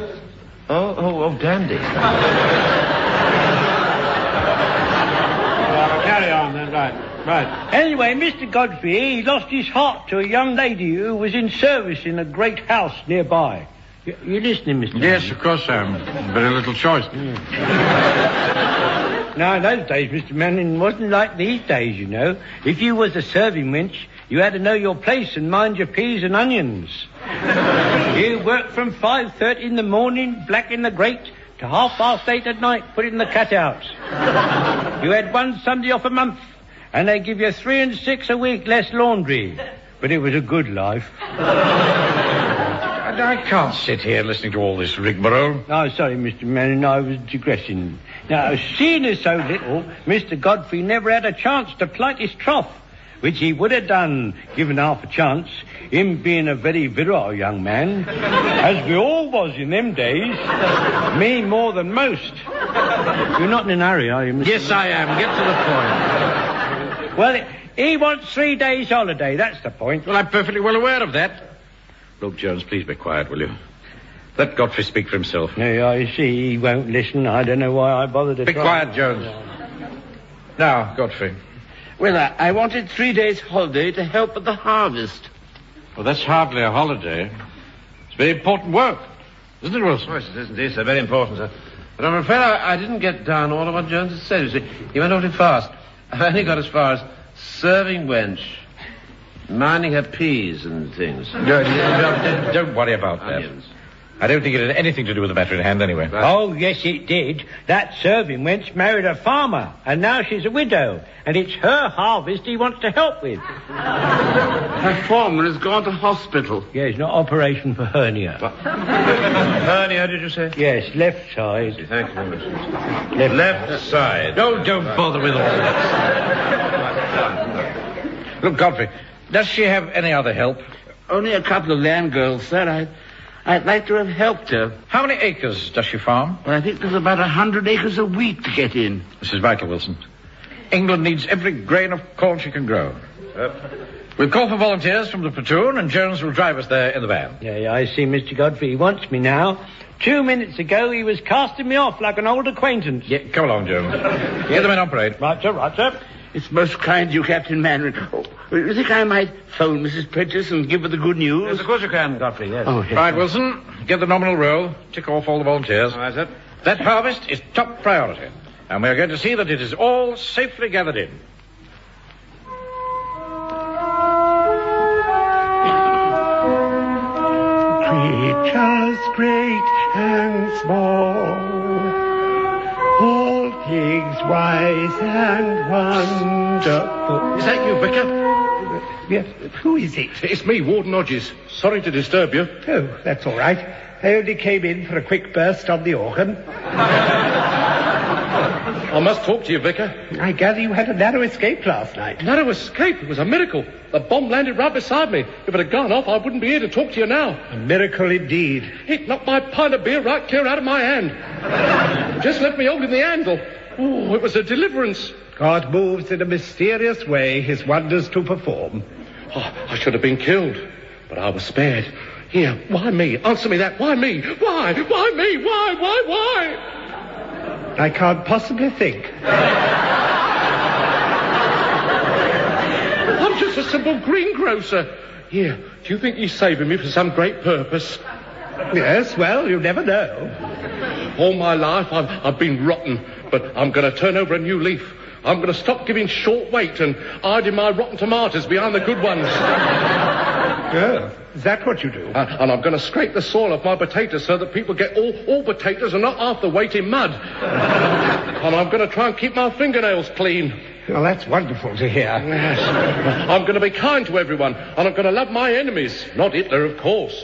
Speaker 20: Oh, oh, oh, dandy.
Speaker 17: Carry on then, right, right. Anyway, Mr. Godfrey, he lost his heart to a young lady who was in service in a great house nearby. You, you listening, Mr.
Speaker 16: Yes, of course, Sam. Very little choice.
Speaker 17: Now, in those days, Mr. Manning, it wasn't like these days, you know. If you was a serving wench, you had to know your place and mind your peas and onions. you worked from 5.30 in the morning, black in the grate, to half past eight at night, putting the cat out. you had one Sunday off a month, and they give you three and six a week less laundry. But it was a good life.
Speaker 16: I can't sit here listening to all this rigmarole.
Speaker 17: Oh, sorry, Mr. Manning, I was digressing. Now, seeing as so little, Mr. Godfrey never had a chance to plight his troth, which he would have done, given half a chance, him being a very virile young man, as we all was in them days, me more than most. You're not in a hurry, are you, Mr.
Speaker 20: Yes, I am. Get to the point.
Speaker 17: Well, it,
Speaker 21: He wants three days' holiday, that's the point.
Speaker 16: Well, I'm perfectly well aware of that. Look, Jones, please be quiet, will you? Let Godfrey speak for himself.
Speaker 21: Yeah, you see, he won't listen. I don't know why I bothered to
Speaker 16: Be
Speaker 21: try.
Speaker 16: quiet, Jones. Now, Godfrey.
Speaker 6: Well, I, I wanted three days' holiday to help with the harvest.
Speaker 16: Well, that's hardly a holiday. It's very important work, isn't it, Wilson?
Speaker 22: Yes, it is indeed, sir. Very important, sir. But I'm afraid I, I didn't get down all of what Jones had said. You see, he went awfully fast. I only got as far as serving wench, mining her peas and things.
Speaker 16: No, don't, don't worry about that. I don't think it had anything to do with the matter in hand, anyway.
Speaker 21: Oh, yes, it did. That serving wench married a farmer, and now she's a widow, and it's her harvest he wants to help with.
Speaker 6: Her farmer has gone to hospital.
Speaker 21: Yeah, it's not operation for hernia.
Speaker 22: hernia, did you say?
Speaker 21: Yes, left side.
Speaker 22: Thank you very much.
Speaker 21: Left,
Speaker 16: side. No, don't bother with all that. Look, Godfrey, does she have any other help?
Speaker 6: Only a couple of land girls, sir. I, I'd like to have helped her.
Speaker 16: How many acres does she farm?
Speaker 6: Well, I think there's about a hundred acres of wheat to get in.
Speaker 16: This is vital, Wilson. England needs every grain of corn she can grow.
Speaker 17: Uh,
Speaker 16: We'll call for volunteers from the platoon, and Jones will drive us there in the van.
Speaker 21: Yeah, yeah, I see, Mr. Godfrey. He wants me now. Two minutes ago, he was casting me off like an old acquaintance.
Speaker 16: Yeah, come along, Jones. Get the men on parade.
Speaker 21: Right, sir, right, sir.
Speaker 6: It's most kind of you, Captain Manrin. Oh, you think I might phone Mrs. Prentice and give her the good news?
Speaker 22: Yes, of course you can, Godfrey, yes.
Speaker 6: Oh, yes.
Speaker 16: Right, Wilson, get the nominal roll. Tick off all the volunteers. That harvest is top priority, and we are going to see that it is all safely gathered in.
Speaker 23: Creatures great and small, all things wise and wonderful.
Speaker 17: Is that you, Vicar?
Speaker 9: Yes. Who is it?
Speaker 17: It's me, Warden Hodges. Sorry to disturb you.
Speaker 9: Oh, that's all right. I only came in for a quick burst on the organ.
Speaker 17: I must talk to you, Vicar.
Speaker 9: I gather you had a narrow escape last night.
Speaker 17: Narrow escape. It was a miracle. The bomb landed right beside me. If it had gone off, I wouldn't be here to talk to you now.
Speaker 9: A miracle indeed.
Speaker 17: It knocked my pint of beer right clear out of my hand. Just left me holding the handle. Oh, it was a deliverance.
Speaker 9: God moves in a mysterious way his wonders to perform.
Speaker 17: Oh, I should have been killed, but I was spared. Here, why me? Answer me that. Why me? Why? Why me? Why? Why? Why?
Speaker 9: I can't possibly think.
Speaker 17: I'm just a simple greengrocer. Here, do you think he's saving me for some great purpose?
Speaker 9: Yes, well, you never know.
Speaker 17: All my life I've, I've been rotten, but I'm going to turn over a new leaf. I'm going to stop giving short weight and hiding my rotten tomatoes behind the good ones.
Speaker 9: Oh, is that what you do?
Speaker 17: Uh, and I'm going to scrape the soil off my potatoes so that people get all, all potatoes and not half the weight in mud. and I'm going to try and keep my fingernails clean.
Speaker 9: Well, that's wonderful to hear.
Speaker 17: Yes. I'm going to be kind to everyone, and I'm going to love my enemies. Not Hitler, of course.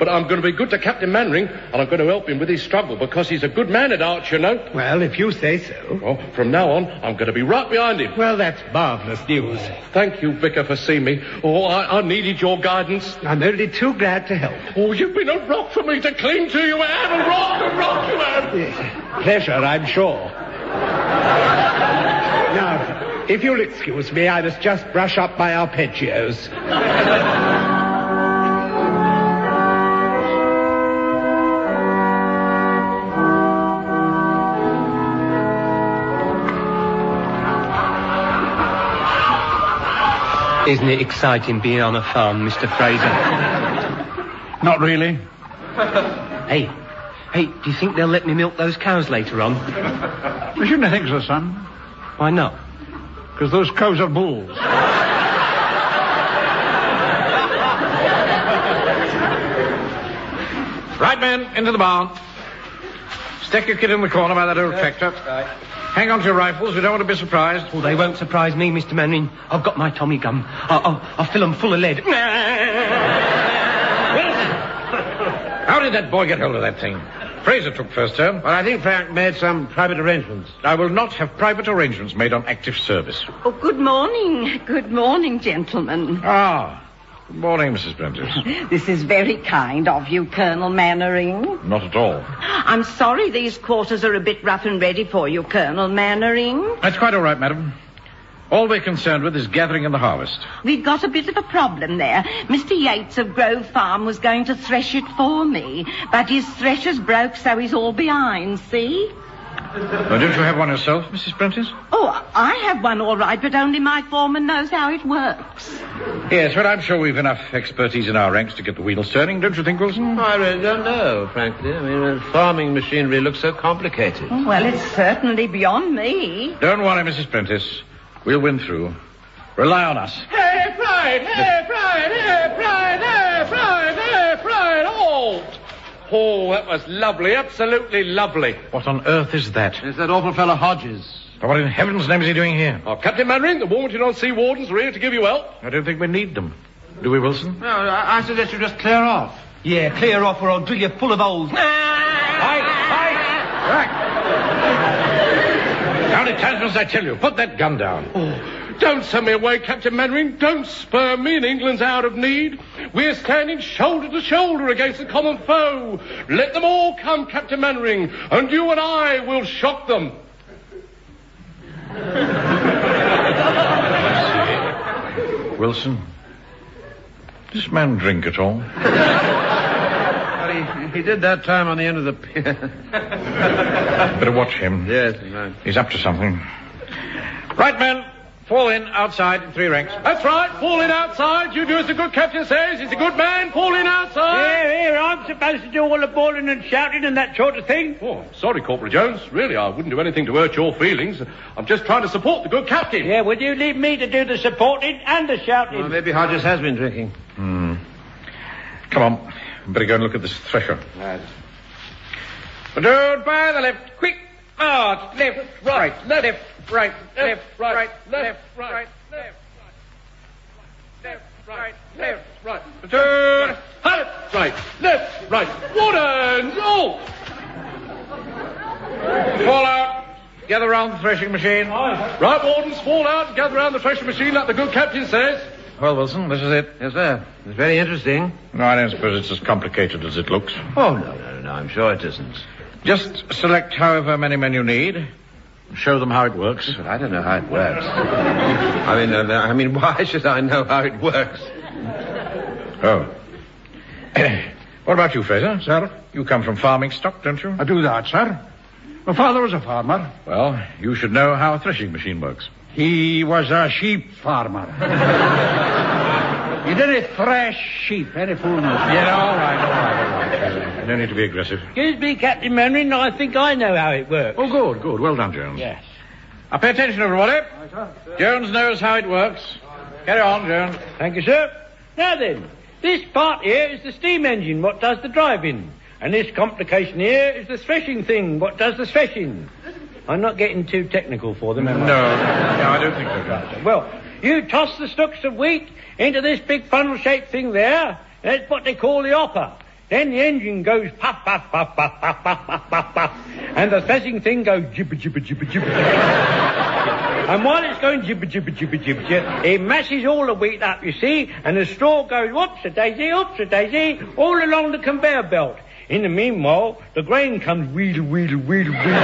Speaker 17: But I'm going to be good to Captain Mannering, and I'm going to help him with his struggle because he's a good man at heart, you know.
Speaker 9: Well, if you say so.
Speaker 17: Well, from now on, I'm going to be right behind him.
Speaker 9: Well, that's marvellous news.
Speaker 17: Thank you, Vicar, for seeing me. Oh, I, I needed your guidance.
Speaker 9: I'm only too glad to help.
Speaker 17: Oh, you've been a rock for me to cling to, you have. A rock, a rock, you have.
Speaker 9: Pleasure, I'm sure. now, if you'll excuse me, I must just brush up my arpeggios.
Speaker 8: Isn't it exciting being on a farm, Mr. Fraser? Not really. Hey, hey, do you think they'll let me milk those cows later on?
Speaker 9: You shouldn't think so, son.
Speaker 8: Why not?
Speaker 9: Because those cows are bulls.
Speaker 16: Right, men, into the barn. Stick your kid in the corner by that old tractor. Hang on to your rifles. We don't want to be surprised.
Speaker 8: Well, they won't surprise me, Mr. Manning. I've got my Tommy gun. I'll, I'll, I'll fill 'em full of lead.
Speaker 16: How did that boy get hold of that thing? Fraser took first turn. Well, I think Frank made some private arrangements. I will not have private arrangements made on active service.
Speaker 24: Oh, good morning. Good morning, gentlemen.
Speaker 16: Ah, good morning, Mrs. Prentice.
Speaker 24: This is very kind of you, Colonel Mannering.
Speaker 16: Not at all.
Speaker 24: I'm sorry these quarters are a bit rough and ready for you, Colonel Mannering.
Speaker 16: That's quite all right, madam.
Speaker 17: All we're concerned with is gathering in the harvest.
Speaker 24: We've got a bit of a problem there. Mr. Yates of Grove Farm was going to thresh it for me, but his thresher's broke, so he's all behind, see?
Speaker 17: Oh, don't you have one yourself, Mrs. Prentice?
Speaker 24: Oh, I have one all right, but only my foreman knows how it works.
Speaker 17: Yes, well, I'm sure we've enough expertise in our ranks to get the wheels turning, don't you think, Wilson?
Speaker 18: Hmm, I really don't know, frankly. I mean, uh, farming machinery looks so complicated.
Speaker 24: Well, it's certainly beyond me.
Speaker 17: Don't worry, Mrs. Prentice. We'll win through. Rely on us.
Speaker 11: Hey, Pride! Hey, Pride! Hey, Pride! Hey, Pride! Hey, Pride! Oh!
Speaker 17: Oh, that was lovely. Absolutely lovely. What on earth is that? It's that awful fellow Hodges. What in heaven's name is he doing here?
Speaker 2: Oh, Captain Mannering, the moment you don't see wardens, we're here to give you help.
Speaker 17: I don't think we need them. Do we, Wilson?
Speaker 2: No, I, I suggest you just clear off.
Speaker 25: Yeah, clear off or I'll drill you full of holes.
Speaker 2: Down it, Tasman, as I tell you. Put that gun down. Don't send me away, Captain Mannering. Don't spur me in England's hour of need. We're standing shoulder to shoulder against the common foe. Let them all come, Captain Mannering, and you and I will shock them.
Speaker 17: Wilson? Does this man drink at all?
Speaker 18: But he, he did that time on the end of the pier.
Speaker 17: Better watch him. Yes, He's up to something.
Speaker 2: Right, men. Fall in outside in three ranks. That's right. Fall in outside. You do as the good captain says. He's a good man. Fall in outside.
Speaker 16: Here, here, I'm supposed to do all the bawling and shouting and that sort of thing.
Speaker 2: Oh, sorry, Corporal Jones. Really, I wouldn't do anything to hurt your feelings. I'm just trying to support the good captain.
Speaker 16: Yeah, would you leave me to do the supporting and the shouting?
Speaker 18: Well, maybe Hodges has been drinking.
Speaker 17: Hmm. Come on. Better go and look at this thresher.
Speaker 18: Right.
Speaker 17: Don't by the left. Quick march.
Speaker 18: Left, right, left, right, left, right, left, right, left.
Speaker 2: Left, right, left, right. Turn. Halt. Right, left, right. Warden. Oh!
Speaker 17: Fall out. Gather round the threshing machine.
Speaker 2: Right, wardens, fall out and gather round the threshing machine like the good captain says.
Speaker 17: Well, Wilson, this is it. Yes, sir. It's very interesting. No, I don't suppose it's as complicated as it looks.
Speaker 18: Oh, no, no, no, I'm sure it isn't.
Speaker 17: Just select however many men you need. and Show them how it works.
Speaker 18: I don't know how it works. I mean, uh, I mean, why should I know how it works?
Speaker 17: Oh. what about you, Fraser? Sir? You come from farming stock, don't you?
Speaker 26: I do that, sir. My father was a farmer.
Speaker 17: Well, you should know how a threshing machine works.
Speaker 26: He was a sheep farmer. he didn't thresh sheep. Any fool knows.
Speaker 17: Yeah, all right, all right, No need to be aggressive.
Speaker 16: Excuse me, Captain Mannering, I think I know how it works.
Speaker 17: Oh, good, good. Well done, Jones.
Speaker 16: Yes.
Speaker 17: Now pay attention, everybody. Jones knows how it works. Carry on, Jones.
Speaker 16: Thank you, sir. Now then, this part here is the steam engine, what does the driving. And this complication here is the threshing thing, what does the threshing. I'm not getting too technical for them, am
Speaker 17: No,
Speaker 16: I?
Speaker 17: no, I don't think so, Jones.
Speaker 16: Well, you toss the stooks of wheat into this big funnel-shaped thing there. That's what they call the hopper. Then the engine goes puff, puff, puff, puff, puff, puff, puff, puff, puff. And the threshing thing goes jibber, jibber, jibber, jibber. and while it's going jibber, jibber, jibber, jibber, jibber, it mashes all the wheat up, you see, and the straw goes whoops a daisy, whoops a daisy, all along the conveyor belt. In the meanwhile, the grain comes wheel, wheel, wheel, wheel.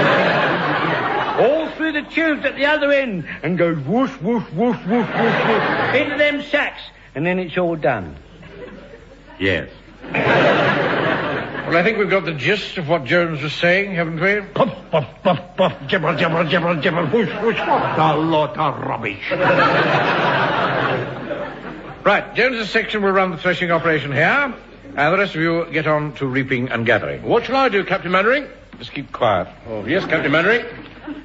Speaker 16: all through the tubes at the other end and goes whoosh, whoosh, whoosh, whoosh, whoosh, whoosh into them sacks. And then it's all done.
Speaker 17: Yes. well, I think we've got the gist of what Jones was saying, haven't we? Puff, puff, puff, puff, jibber, jibber, jibber, jibber, whoosh, whoosh. What a lot of rubbish. right, Jones's section will run the threshing operation here, and the rest of you get on to reaping and gathering.
Speaker 2: What shall I do, Captain Mannering?
Speaker 17: Just keep quiet.
Speaker 2: Oh, yes, Captain Mannering.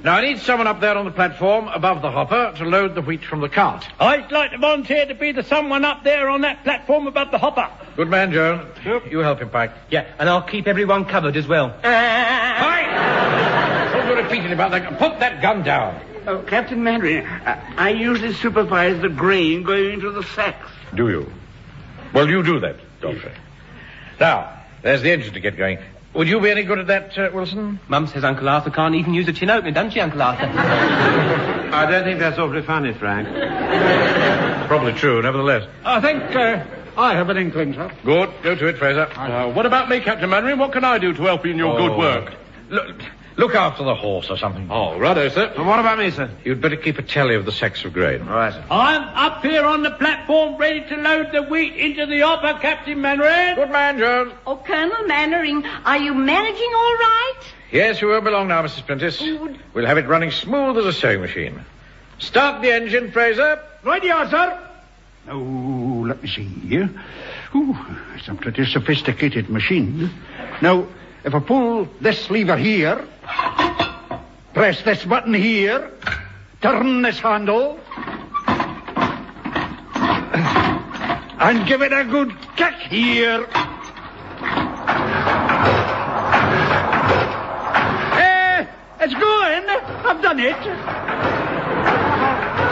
Speaker 17: Now, I need someone up there on the platform above the hopper to load the wheat from the cart.
Speaker 16: I'd like to volunteer to be the someone up there on that platform above the hopper.
Speaker 17: Good man, Jones. You help him, Pike.
Speaker 25: Yeah, and I'll keep everyone covered as well.
Speaker 17: Don't be repeating about that. Put that gun down.
Speaker 15: Oh, Captain Mandarin, I, I usually supervise the grain going into the sacks.
Speaker 17: Do you? Well, you do that, Godfrey. Now, there's the engine to get going. Would you be any good at that, uh, Wilson?
Speaker 25: Mum says Uncle Arthur can't even use a tin opener, doesn't she, Uncle Arthur?
Speaker 18: I don't think that's awfully funny, Frank.
Speaker 17: Probably true, nevertheless.
Speaker 26: I think uh, I have an inkling, sir.
Speaker 17: Good. Go to it, Fraser.
Speaker 2: Uh, what about me, Captain Mannering? What can I do to help you in your good
Speaker 17: Oh.
Speaker 2: work?
Speaker 17: Look, Look after the horse or something. Oh, righto, sir. And what about me, sir? You'd better keep a tally of the sacks of grain. Right.
Speaker 10: I'm up here on the platform ready to load the wheat into the hopper, Captain Manring.
Speaker 17: Good man, Jones.
Speaker 24: Oh, Colonel Mannering, are you managing all right?
Speaker 17: Yes, you won't be long now, Mrs. Prentice.
Speaker 10: Oh,
Speaker 17: We'll have it running smooth as a sewing machine. Start the engine, Fraser.
Speaker 26: Right here, sir. Oh, let me see here. Ooh, it's a pretty sophisticated machine. Now, if I pull this lever here, press this button here, turn this handle, and give it a good kick here. Eh, it's going. I've done it.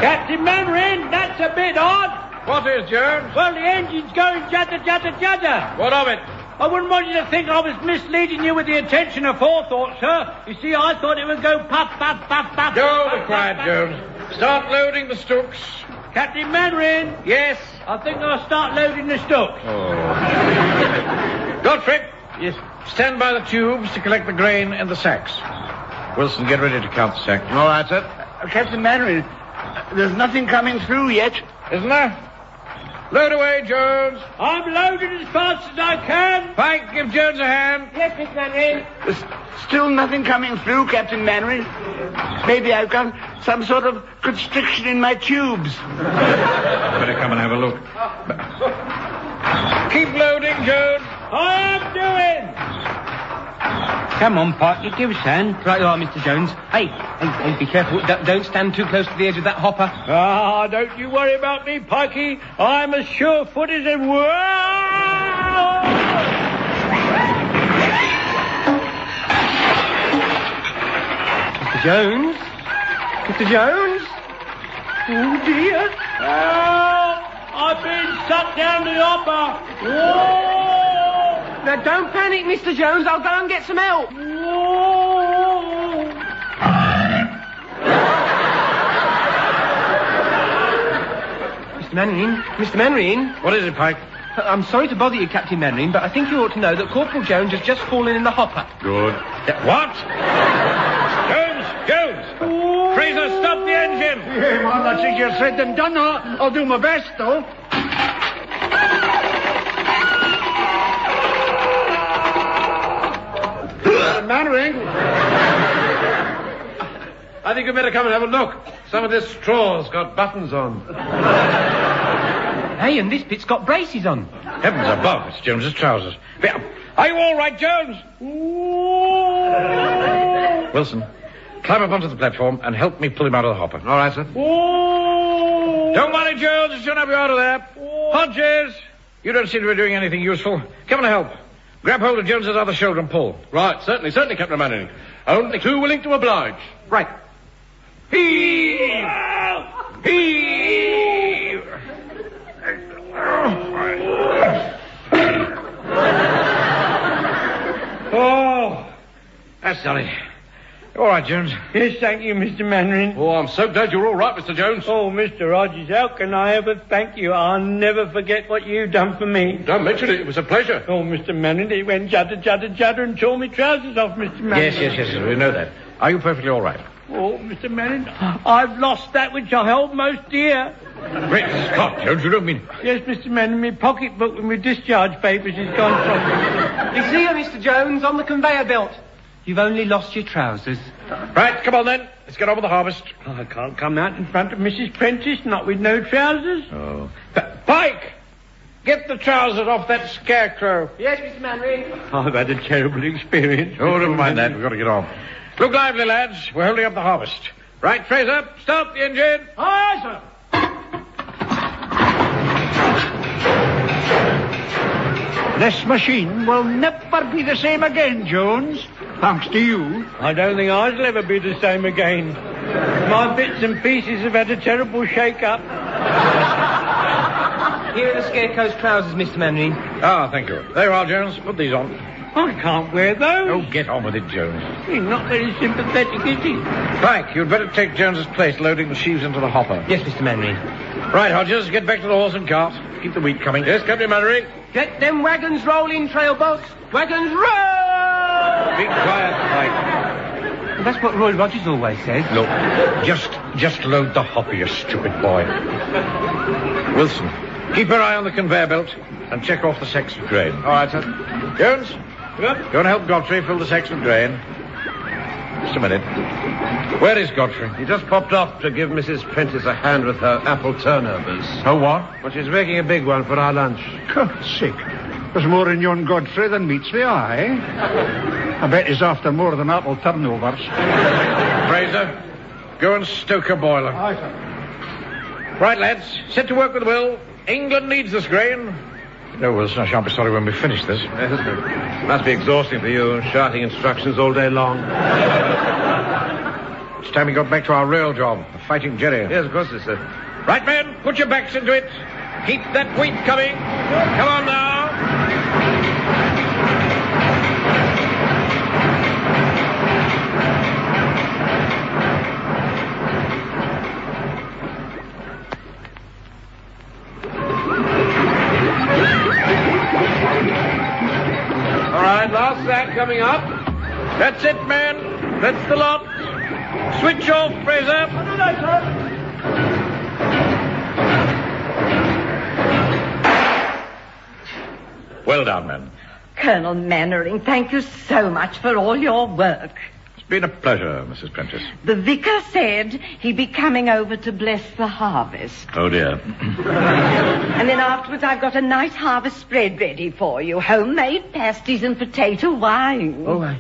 Speaker 10: Captain Manring, that's a bit odd.
Speaker 17: What is, Jones?
Speaker 10: Well, the engine's going judder, judder, judder.
Speaker 17: What of it?
Speaker 10: I wouldn't want you to think I was misleading you with the attention of forethought, sir. You see, I thought it would go puff, puff, puff, puff.
Speaker 17: Go
Speaker 10: puff,
Speaker 17: be
Speaker 10: puff,
Speaker 17: quiet,
Speaker 10: puff.
Speaker 17: Jones. Start loading the stooks.
Speaker 10: Captain Manring.
Speaker 17: Yes.
Speaker 10: I think I'll start loading the stooks.
Speaker 17: Godfrey. Yes. Oh. Stand by the tubes to collect the grain and the sacks. Wilson, get ready to count the sacks. All right, sir.
Speaker 15: Captain Manring, there's nothing coming through yet.
Speaker 17: Isn't there? Load away, Jones.
Speaker 10: I'm loading as fast as I can.
Speaker 17: Pike, give Jones a hand.
Speaker 10: Yes, Miss Manring.
Speaker 15: Still nothing coming through, Captain Manring. Maybe I've got some sort of constriction in my tubes.
Speaker 17: Better come and have a look. Keep loading, Jones.
Speaker 10: I'm doing.
Speaker 25: Come on, Pike, you give us a hand. Right you are, Mr. Jones. Hey, hey, hey, be careful. D- don't stand too close to the edge of that hopper.
Speaker 10: Ah, don't you worry about me, Pikey. I'm as sure-footed as a
Speaker 25: Mr. Jones? Mr. Jones?
Speaker 10: Oh, dear. Help! I've been sucked down the hopper. Whoa!
Speaker 5: Now, don't panic, Mr. Jones. I'll go and get some help.
Speaker 10: Whoa!
Speaker 25: Mr. Manring? Mr. Manring?
Speaker 17: What is it, Pike?
Speaker 25: I'm sorry to bother you, Captain Manring, but I think you ought to know that Corporal Jones has just fallen in the hopper.
Speaker 17: Good. What? Jones! Jones! Fraser, stop the engine!
Speaker 26: Hey, man, that's easier said than done, huh? I'll do my best, though.
Speaker 17: Mannering? I think you'd better come and have a look. Some of this straw's got buttons on.
Speaker 25: Hey, and this bit's got braces on.
Speaker 17: Heavens above, it's Jones's trousers. Are you all right, Jones? Wilson, climb up onto the platform and help me pull him out of the hopper. All right, sir. Don't worry, Jones. It should help you out of there. Hodges, you don't seem to be doing anything useful. Come and help. Grab hold of Jones's other shoulder and pull.
Speaker 2: Right, certainly, certainly, Captain Manning. Only too willing to oblige.
Speaker 25: Right.
Speaker 17: Oh, that's done it. All right, Jones.
Speaker 10: Yes, thank you, Mr. Manring.
Speaker 2: Oh, I'm so glad you're all right, Mr. Jones.
Speaker 10: Oh, Mr. Rogers, how can I ever thank you? I'll never forget what you done for me.
Speaker 2: Don't mention it. It was a pleasure.
Speaker 10: Oh, Mr. Manning, he went judder, judder, judder and tore me trousers off, Mr. Manning.
Speaker 17: Yes, yes, yes, sir. We know that. Are you perfectly all right?
Speaker 10: Oh, Mr. Manning, I've lost that which I held most dear.
Speaker 17: Great Scott, Jones, you don't mean...
Speaker 10: Yes, Mr. Manning, my pocketbook with my discharge papers is gone from me.
Speaker 25: You see her, Mr. Jones, on the conveyor belt. You've only lost your trousers.
Speaker 17: Right, come on then. Let's get on with the harvest.
Speaker 10: Oh, I can't come out in front of Mrs. Prentice, not with no trousers.
Speaker 17: Oh. Pike! Get the trousers off that scarecrow.
Speaker 5: Yes, Mr. Manring.
Speaker 10: I've had a terrible experience.
Speaker 17: Oh, never mind that. We've got to get on. Look lively, lads. We're holding up the harvest. Right, Fraser, start the engine.
Speaker 10: Aye, sir.
Speaker 26: This machine will never be the same again, Jones. Thanks to you.
Speaker 10: I don't think I'll ever be the same again. My bits and pieces have had a terrible shake-up.
Speaker 25: Here are the scarecrow's trousers, Mr. Manning.
Speaker 17: Ah, thank you. There you are, Jones. Put these on.
Speaker 10: I can't wear
Speaker 17: Oh,
Speaker 10: those.
Speaker 17: get on with it, Jones.
Speaker 10: He's not very sympathetic, is he?
Speaker 17: Pike, you'd better take Jones's place loading the sheaves into the hopper.
Speaker 25: Yes, Mr. Manning.
Speaker 17: Right, Hodges, get back to the horse and cart. Keep the wheat coming. Yes, Captain Mannering.
Speaker 5: Get them wagons rolling, trail boss. Wagons roll!
Speaker 17: Be quiet, Pike.
Speaker 25: that's what Roy Rogers always says.
Speaker 17: Look, just just load the hopper, you stupid boy. Wilson, keep your eye on the conveyor belt and check off the section drain. All right, sir. Jones, go and help Godfrey fill the section drain. Just a minute. Where is Godfrey?
Speaker 18: He just popped off to give Mrs. Prentice a hand with her apple turnovers.
Speaker 17: Oh, what?
Speaker 18: Well, she's making a big one for our lunch.
Speaker 26: God's sake. There's more in yon Godfrey than meets the eye. I bet he's after more than apple turnovers.
Speaker 17: Fraser, go and stoke a boiler. Right, lads, set to work with a will. England needs this grain. No, Wilson, I shan't be sorry when we finish this.
Speaker 18: Must be exhausting for you, shouting instructions all day long.
Speaker 17: It's time we got back to our real job, the fighting Jerry.
Speaker 18: Yes, of course, sir.
Speaker 17: Right, men, put your backs into it. Keep that wheat coming. Come on now.
Speaker 18: All right, last sack coming up.
Speaker 17: That's it, men. That's the lot. Switch off, Fraser. Well done, men.
Speaker 24: Colonel Mannering, thank you so much for all your work.
Speaker 17: It's been a pleasure, Mrs. Prentice.
Speaker 24: The vicar said he'd be coming over to bless the harvest.
Speaker 17: Oh, dear.
Speaker 24: And then afterwards I've got a nice harvest spread ready for you. Homemade pasties and potato wine.
Speaker 15: Oh, I,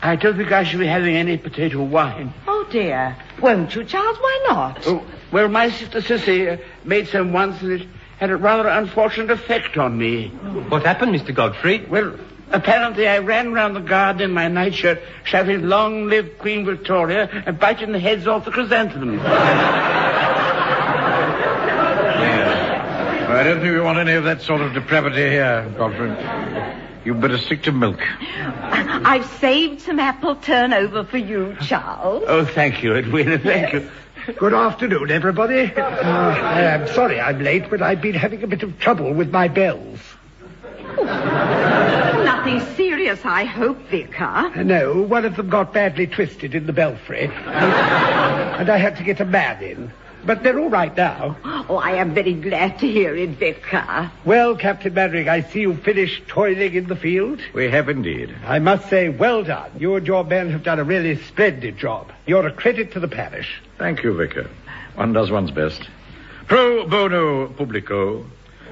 Speaker 15: I don't think I should be having any potato wine.
Speaker 24: Oh, dear. Won't you, Charles? Why not?
Speaker 15: Oh, well, my sister Sissy uh, made some once, and it had a rather unfortunate effect on me.
Speaker 25: What happened, Mr. Godfrey?
Speaker 15: Well, apparently I ran round the garden in my nightshirt, shouting, long live Queen Victoria, and biting the heads off the chrysanthemums.
Speaker 17: I don't think we want any of that sort of depravity here, Godfrey. You'd better stick to milk.
Speaker 24: I've saved some apple turnover for you, Charles.
Speaker 17: Oh, thank you, Edwina.
Speaker 24: thank
Speaker 17: you.
Speaker 12: Good afternoon, everybody. Uh, I am sorry I'm late, but I've been having a bit of trouble with my bells.
Speaker 24: Nothing serious, I hope, Vicar.
Speaker 12: Uh, No, one of them got badly twisted in the belfry, and, and I had to get a man in. But they're all right now.
Speaker 24: Oh, I am very glad to hear it, Vicar.
Speaker 12: Well, Captain Mannering, I see you finished toiling in the field.
Speaker 17: We have indeed.
Speaker 12: I must say, well done. You and your men have done a really splendid job. You're a credit to the parish.
Speaker 17: Thank you, Vicar. One does one's best. Pro bono publico.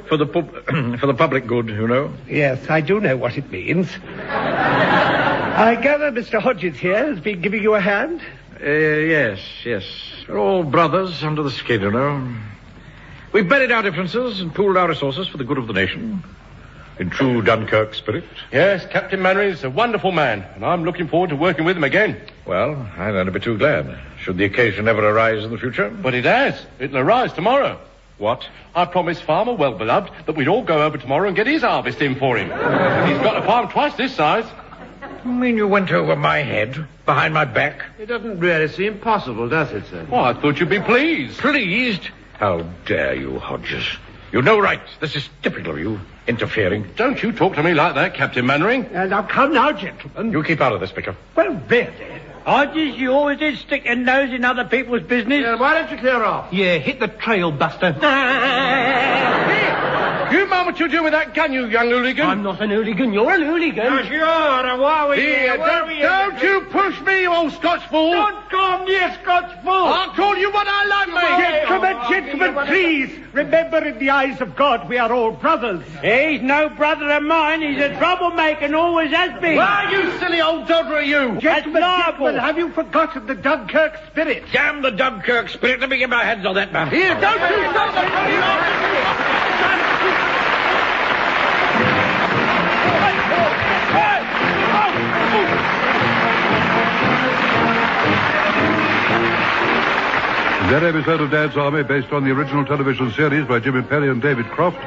Speaker 17: For the, pub- for the public good, you know.
Speaker 12: Yes, I do know what it means. I gather Mr. Hodges here has been giving you a hand.
Speaker 17: Uh, yes, yes. We're all brothers under the skin, you know. We've buried our differences and pooled our resources for the good of the nation. In true Dunkirk spirit.
Speaker 27: Yes, Captain Mannering is a wonderful man, and I'm looking forward to working with him again.
Speaker 17: Well, I'd only be too glad, should the occasion ever arise in the future.
Speaker 27: But it has. It'll arise tomorrow.
Speaker 17: What?
Speaker 27: I promised Farmer Well-Beloved that we'd all go over tomorrow and get his harvest in for him. He's got a farm twice this size.
Speaker 17: You mean you went over my head, behind my back? Oh,
Speaker 18: It doesn't really seem possible, does it, sir?
Speaker 27: Well, I thought you'd be pleased.
Speaker 17: Pleased? How dare you, Hodges? You've no right. This is typical of you, interfering.
Speaker 27: Don't you talk to me like that, Captain Mannering.
Speaker 12: And now, come now, gentlemen.
Speaker 17: You keep out of this, Vicar.
Speaker 12: Well, really.
Speaker 10: Hodges, you always did stick your nose in other people's business. Yeah,
Speaker 18: why don't you clear off?
Speaker 25: Yeah, hit the trail, Buster.
Speaker 27: You mind what you do with that gun, you young hooligan? I'm
Speaker 25: not an hooligan. You're an hooligan.
Speaker 10: Yes, you are. And why were you-
Speaker 27: Here,
Speaker 10: why
Speaker 27: don't,
Speaker 10: were you-
Speaker 27: don't you push me, you old Scotch fool.
Speaker 10: Don't call me a Scotch fool.
Speaker 27: I'll call you what I like,
Speaker 17: oh,
Speaker 27: mate.
Speaker 12: Gentlemen, gentlemen, please, remember in the eyes of God we are all brothers.
Speaker 10: He's no brother of mine. He's a troublemaker and always has been.
Speaker 27: Why, you silly old dodder, you?
Speaker 12: Gentlemen,
Speaker 10: That's
Speaker 12: gentlemen,
Speaker 10: libel.
Speaker 12: have you forgotten the Dunkirk spirit?
Speaker 17: Damn the Dunkirk spirit. Let me get my hands on that man.
Speaker 27: Here, don't you stop the
Speaker 14: That episode of Dad's Army, based on the original television series by Jimmy Perry and David Croft,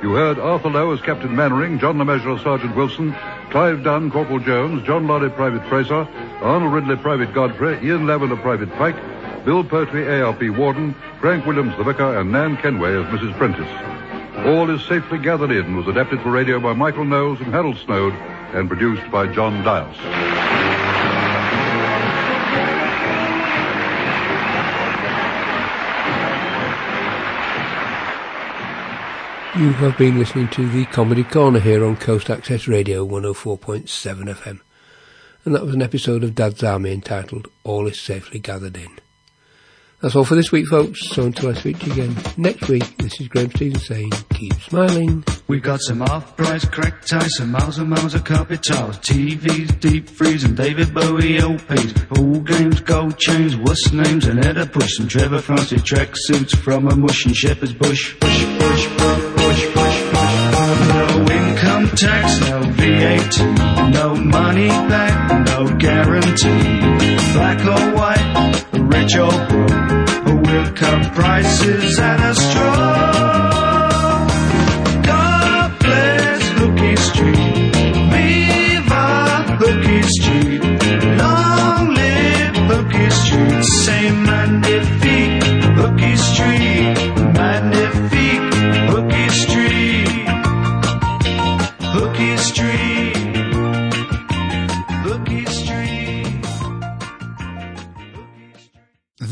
Speaker 14: you heard Arthur Lowe as Captain Mannering, John the Measurer as Sergeant Wilson, Clive Dunn, Corporal Jones, John Lolly, Private Fraser, Arnold Ridley, Private Godfrey, Ian Lavender, Private Pike, Bill Pertwee, A.R.P. Warden, Frank Williams, the Vicar, and Nan Kenway as Mrs. Prentice. All is Safely Gathered In was adapted for radio by Michael Knowles and Harold Snowd and produced by John Dials.
Speaker 1: You have been listening to the Comedy Corner here on Coast Access Radio 104.7 FM. And that was an episode of Dad's Army entitled All Is Safely Gathered In. That's all for this week, folks. So until I speak to you again next week, this is Graham Stevens saying, keep smiling.
Speaker 2: We've got some half-price cracked ice, some miles and miles of carpet tiles, TVs, deep freeze, and David Bowie LPs. All games, gold chains, what's names, and header push, and Trevor Francis tracksuits from a mush and shepherd's bush. Push, push, push, push, push, push. No income tax, no VAT, no money back, no guarantee. Black or white, rich or poor, we'll cut prices at a straw. God bless Hookie Street. Viva Hookie Street. Long live Hookie Street. Say magnifique Hookie Street. Magnifique Hookie Street. Hookie Street. Hookie Street.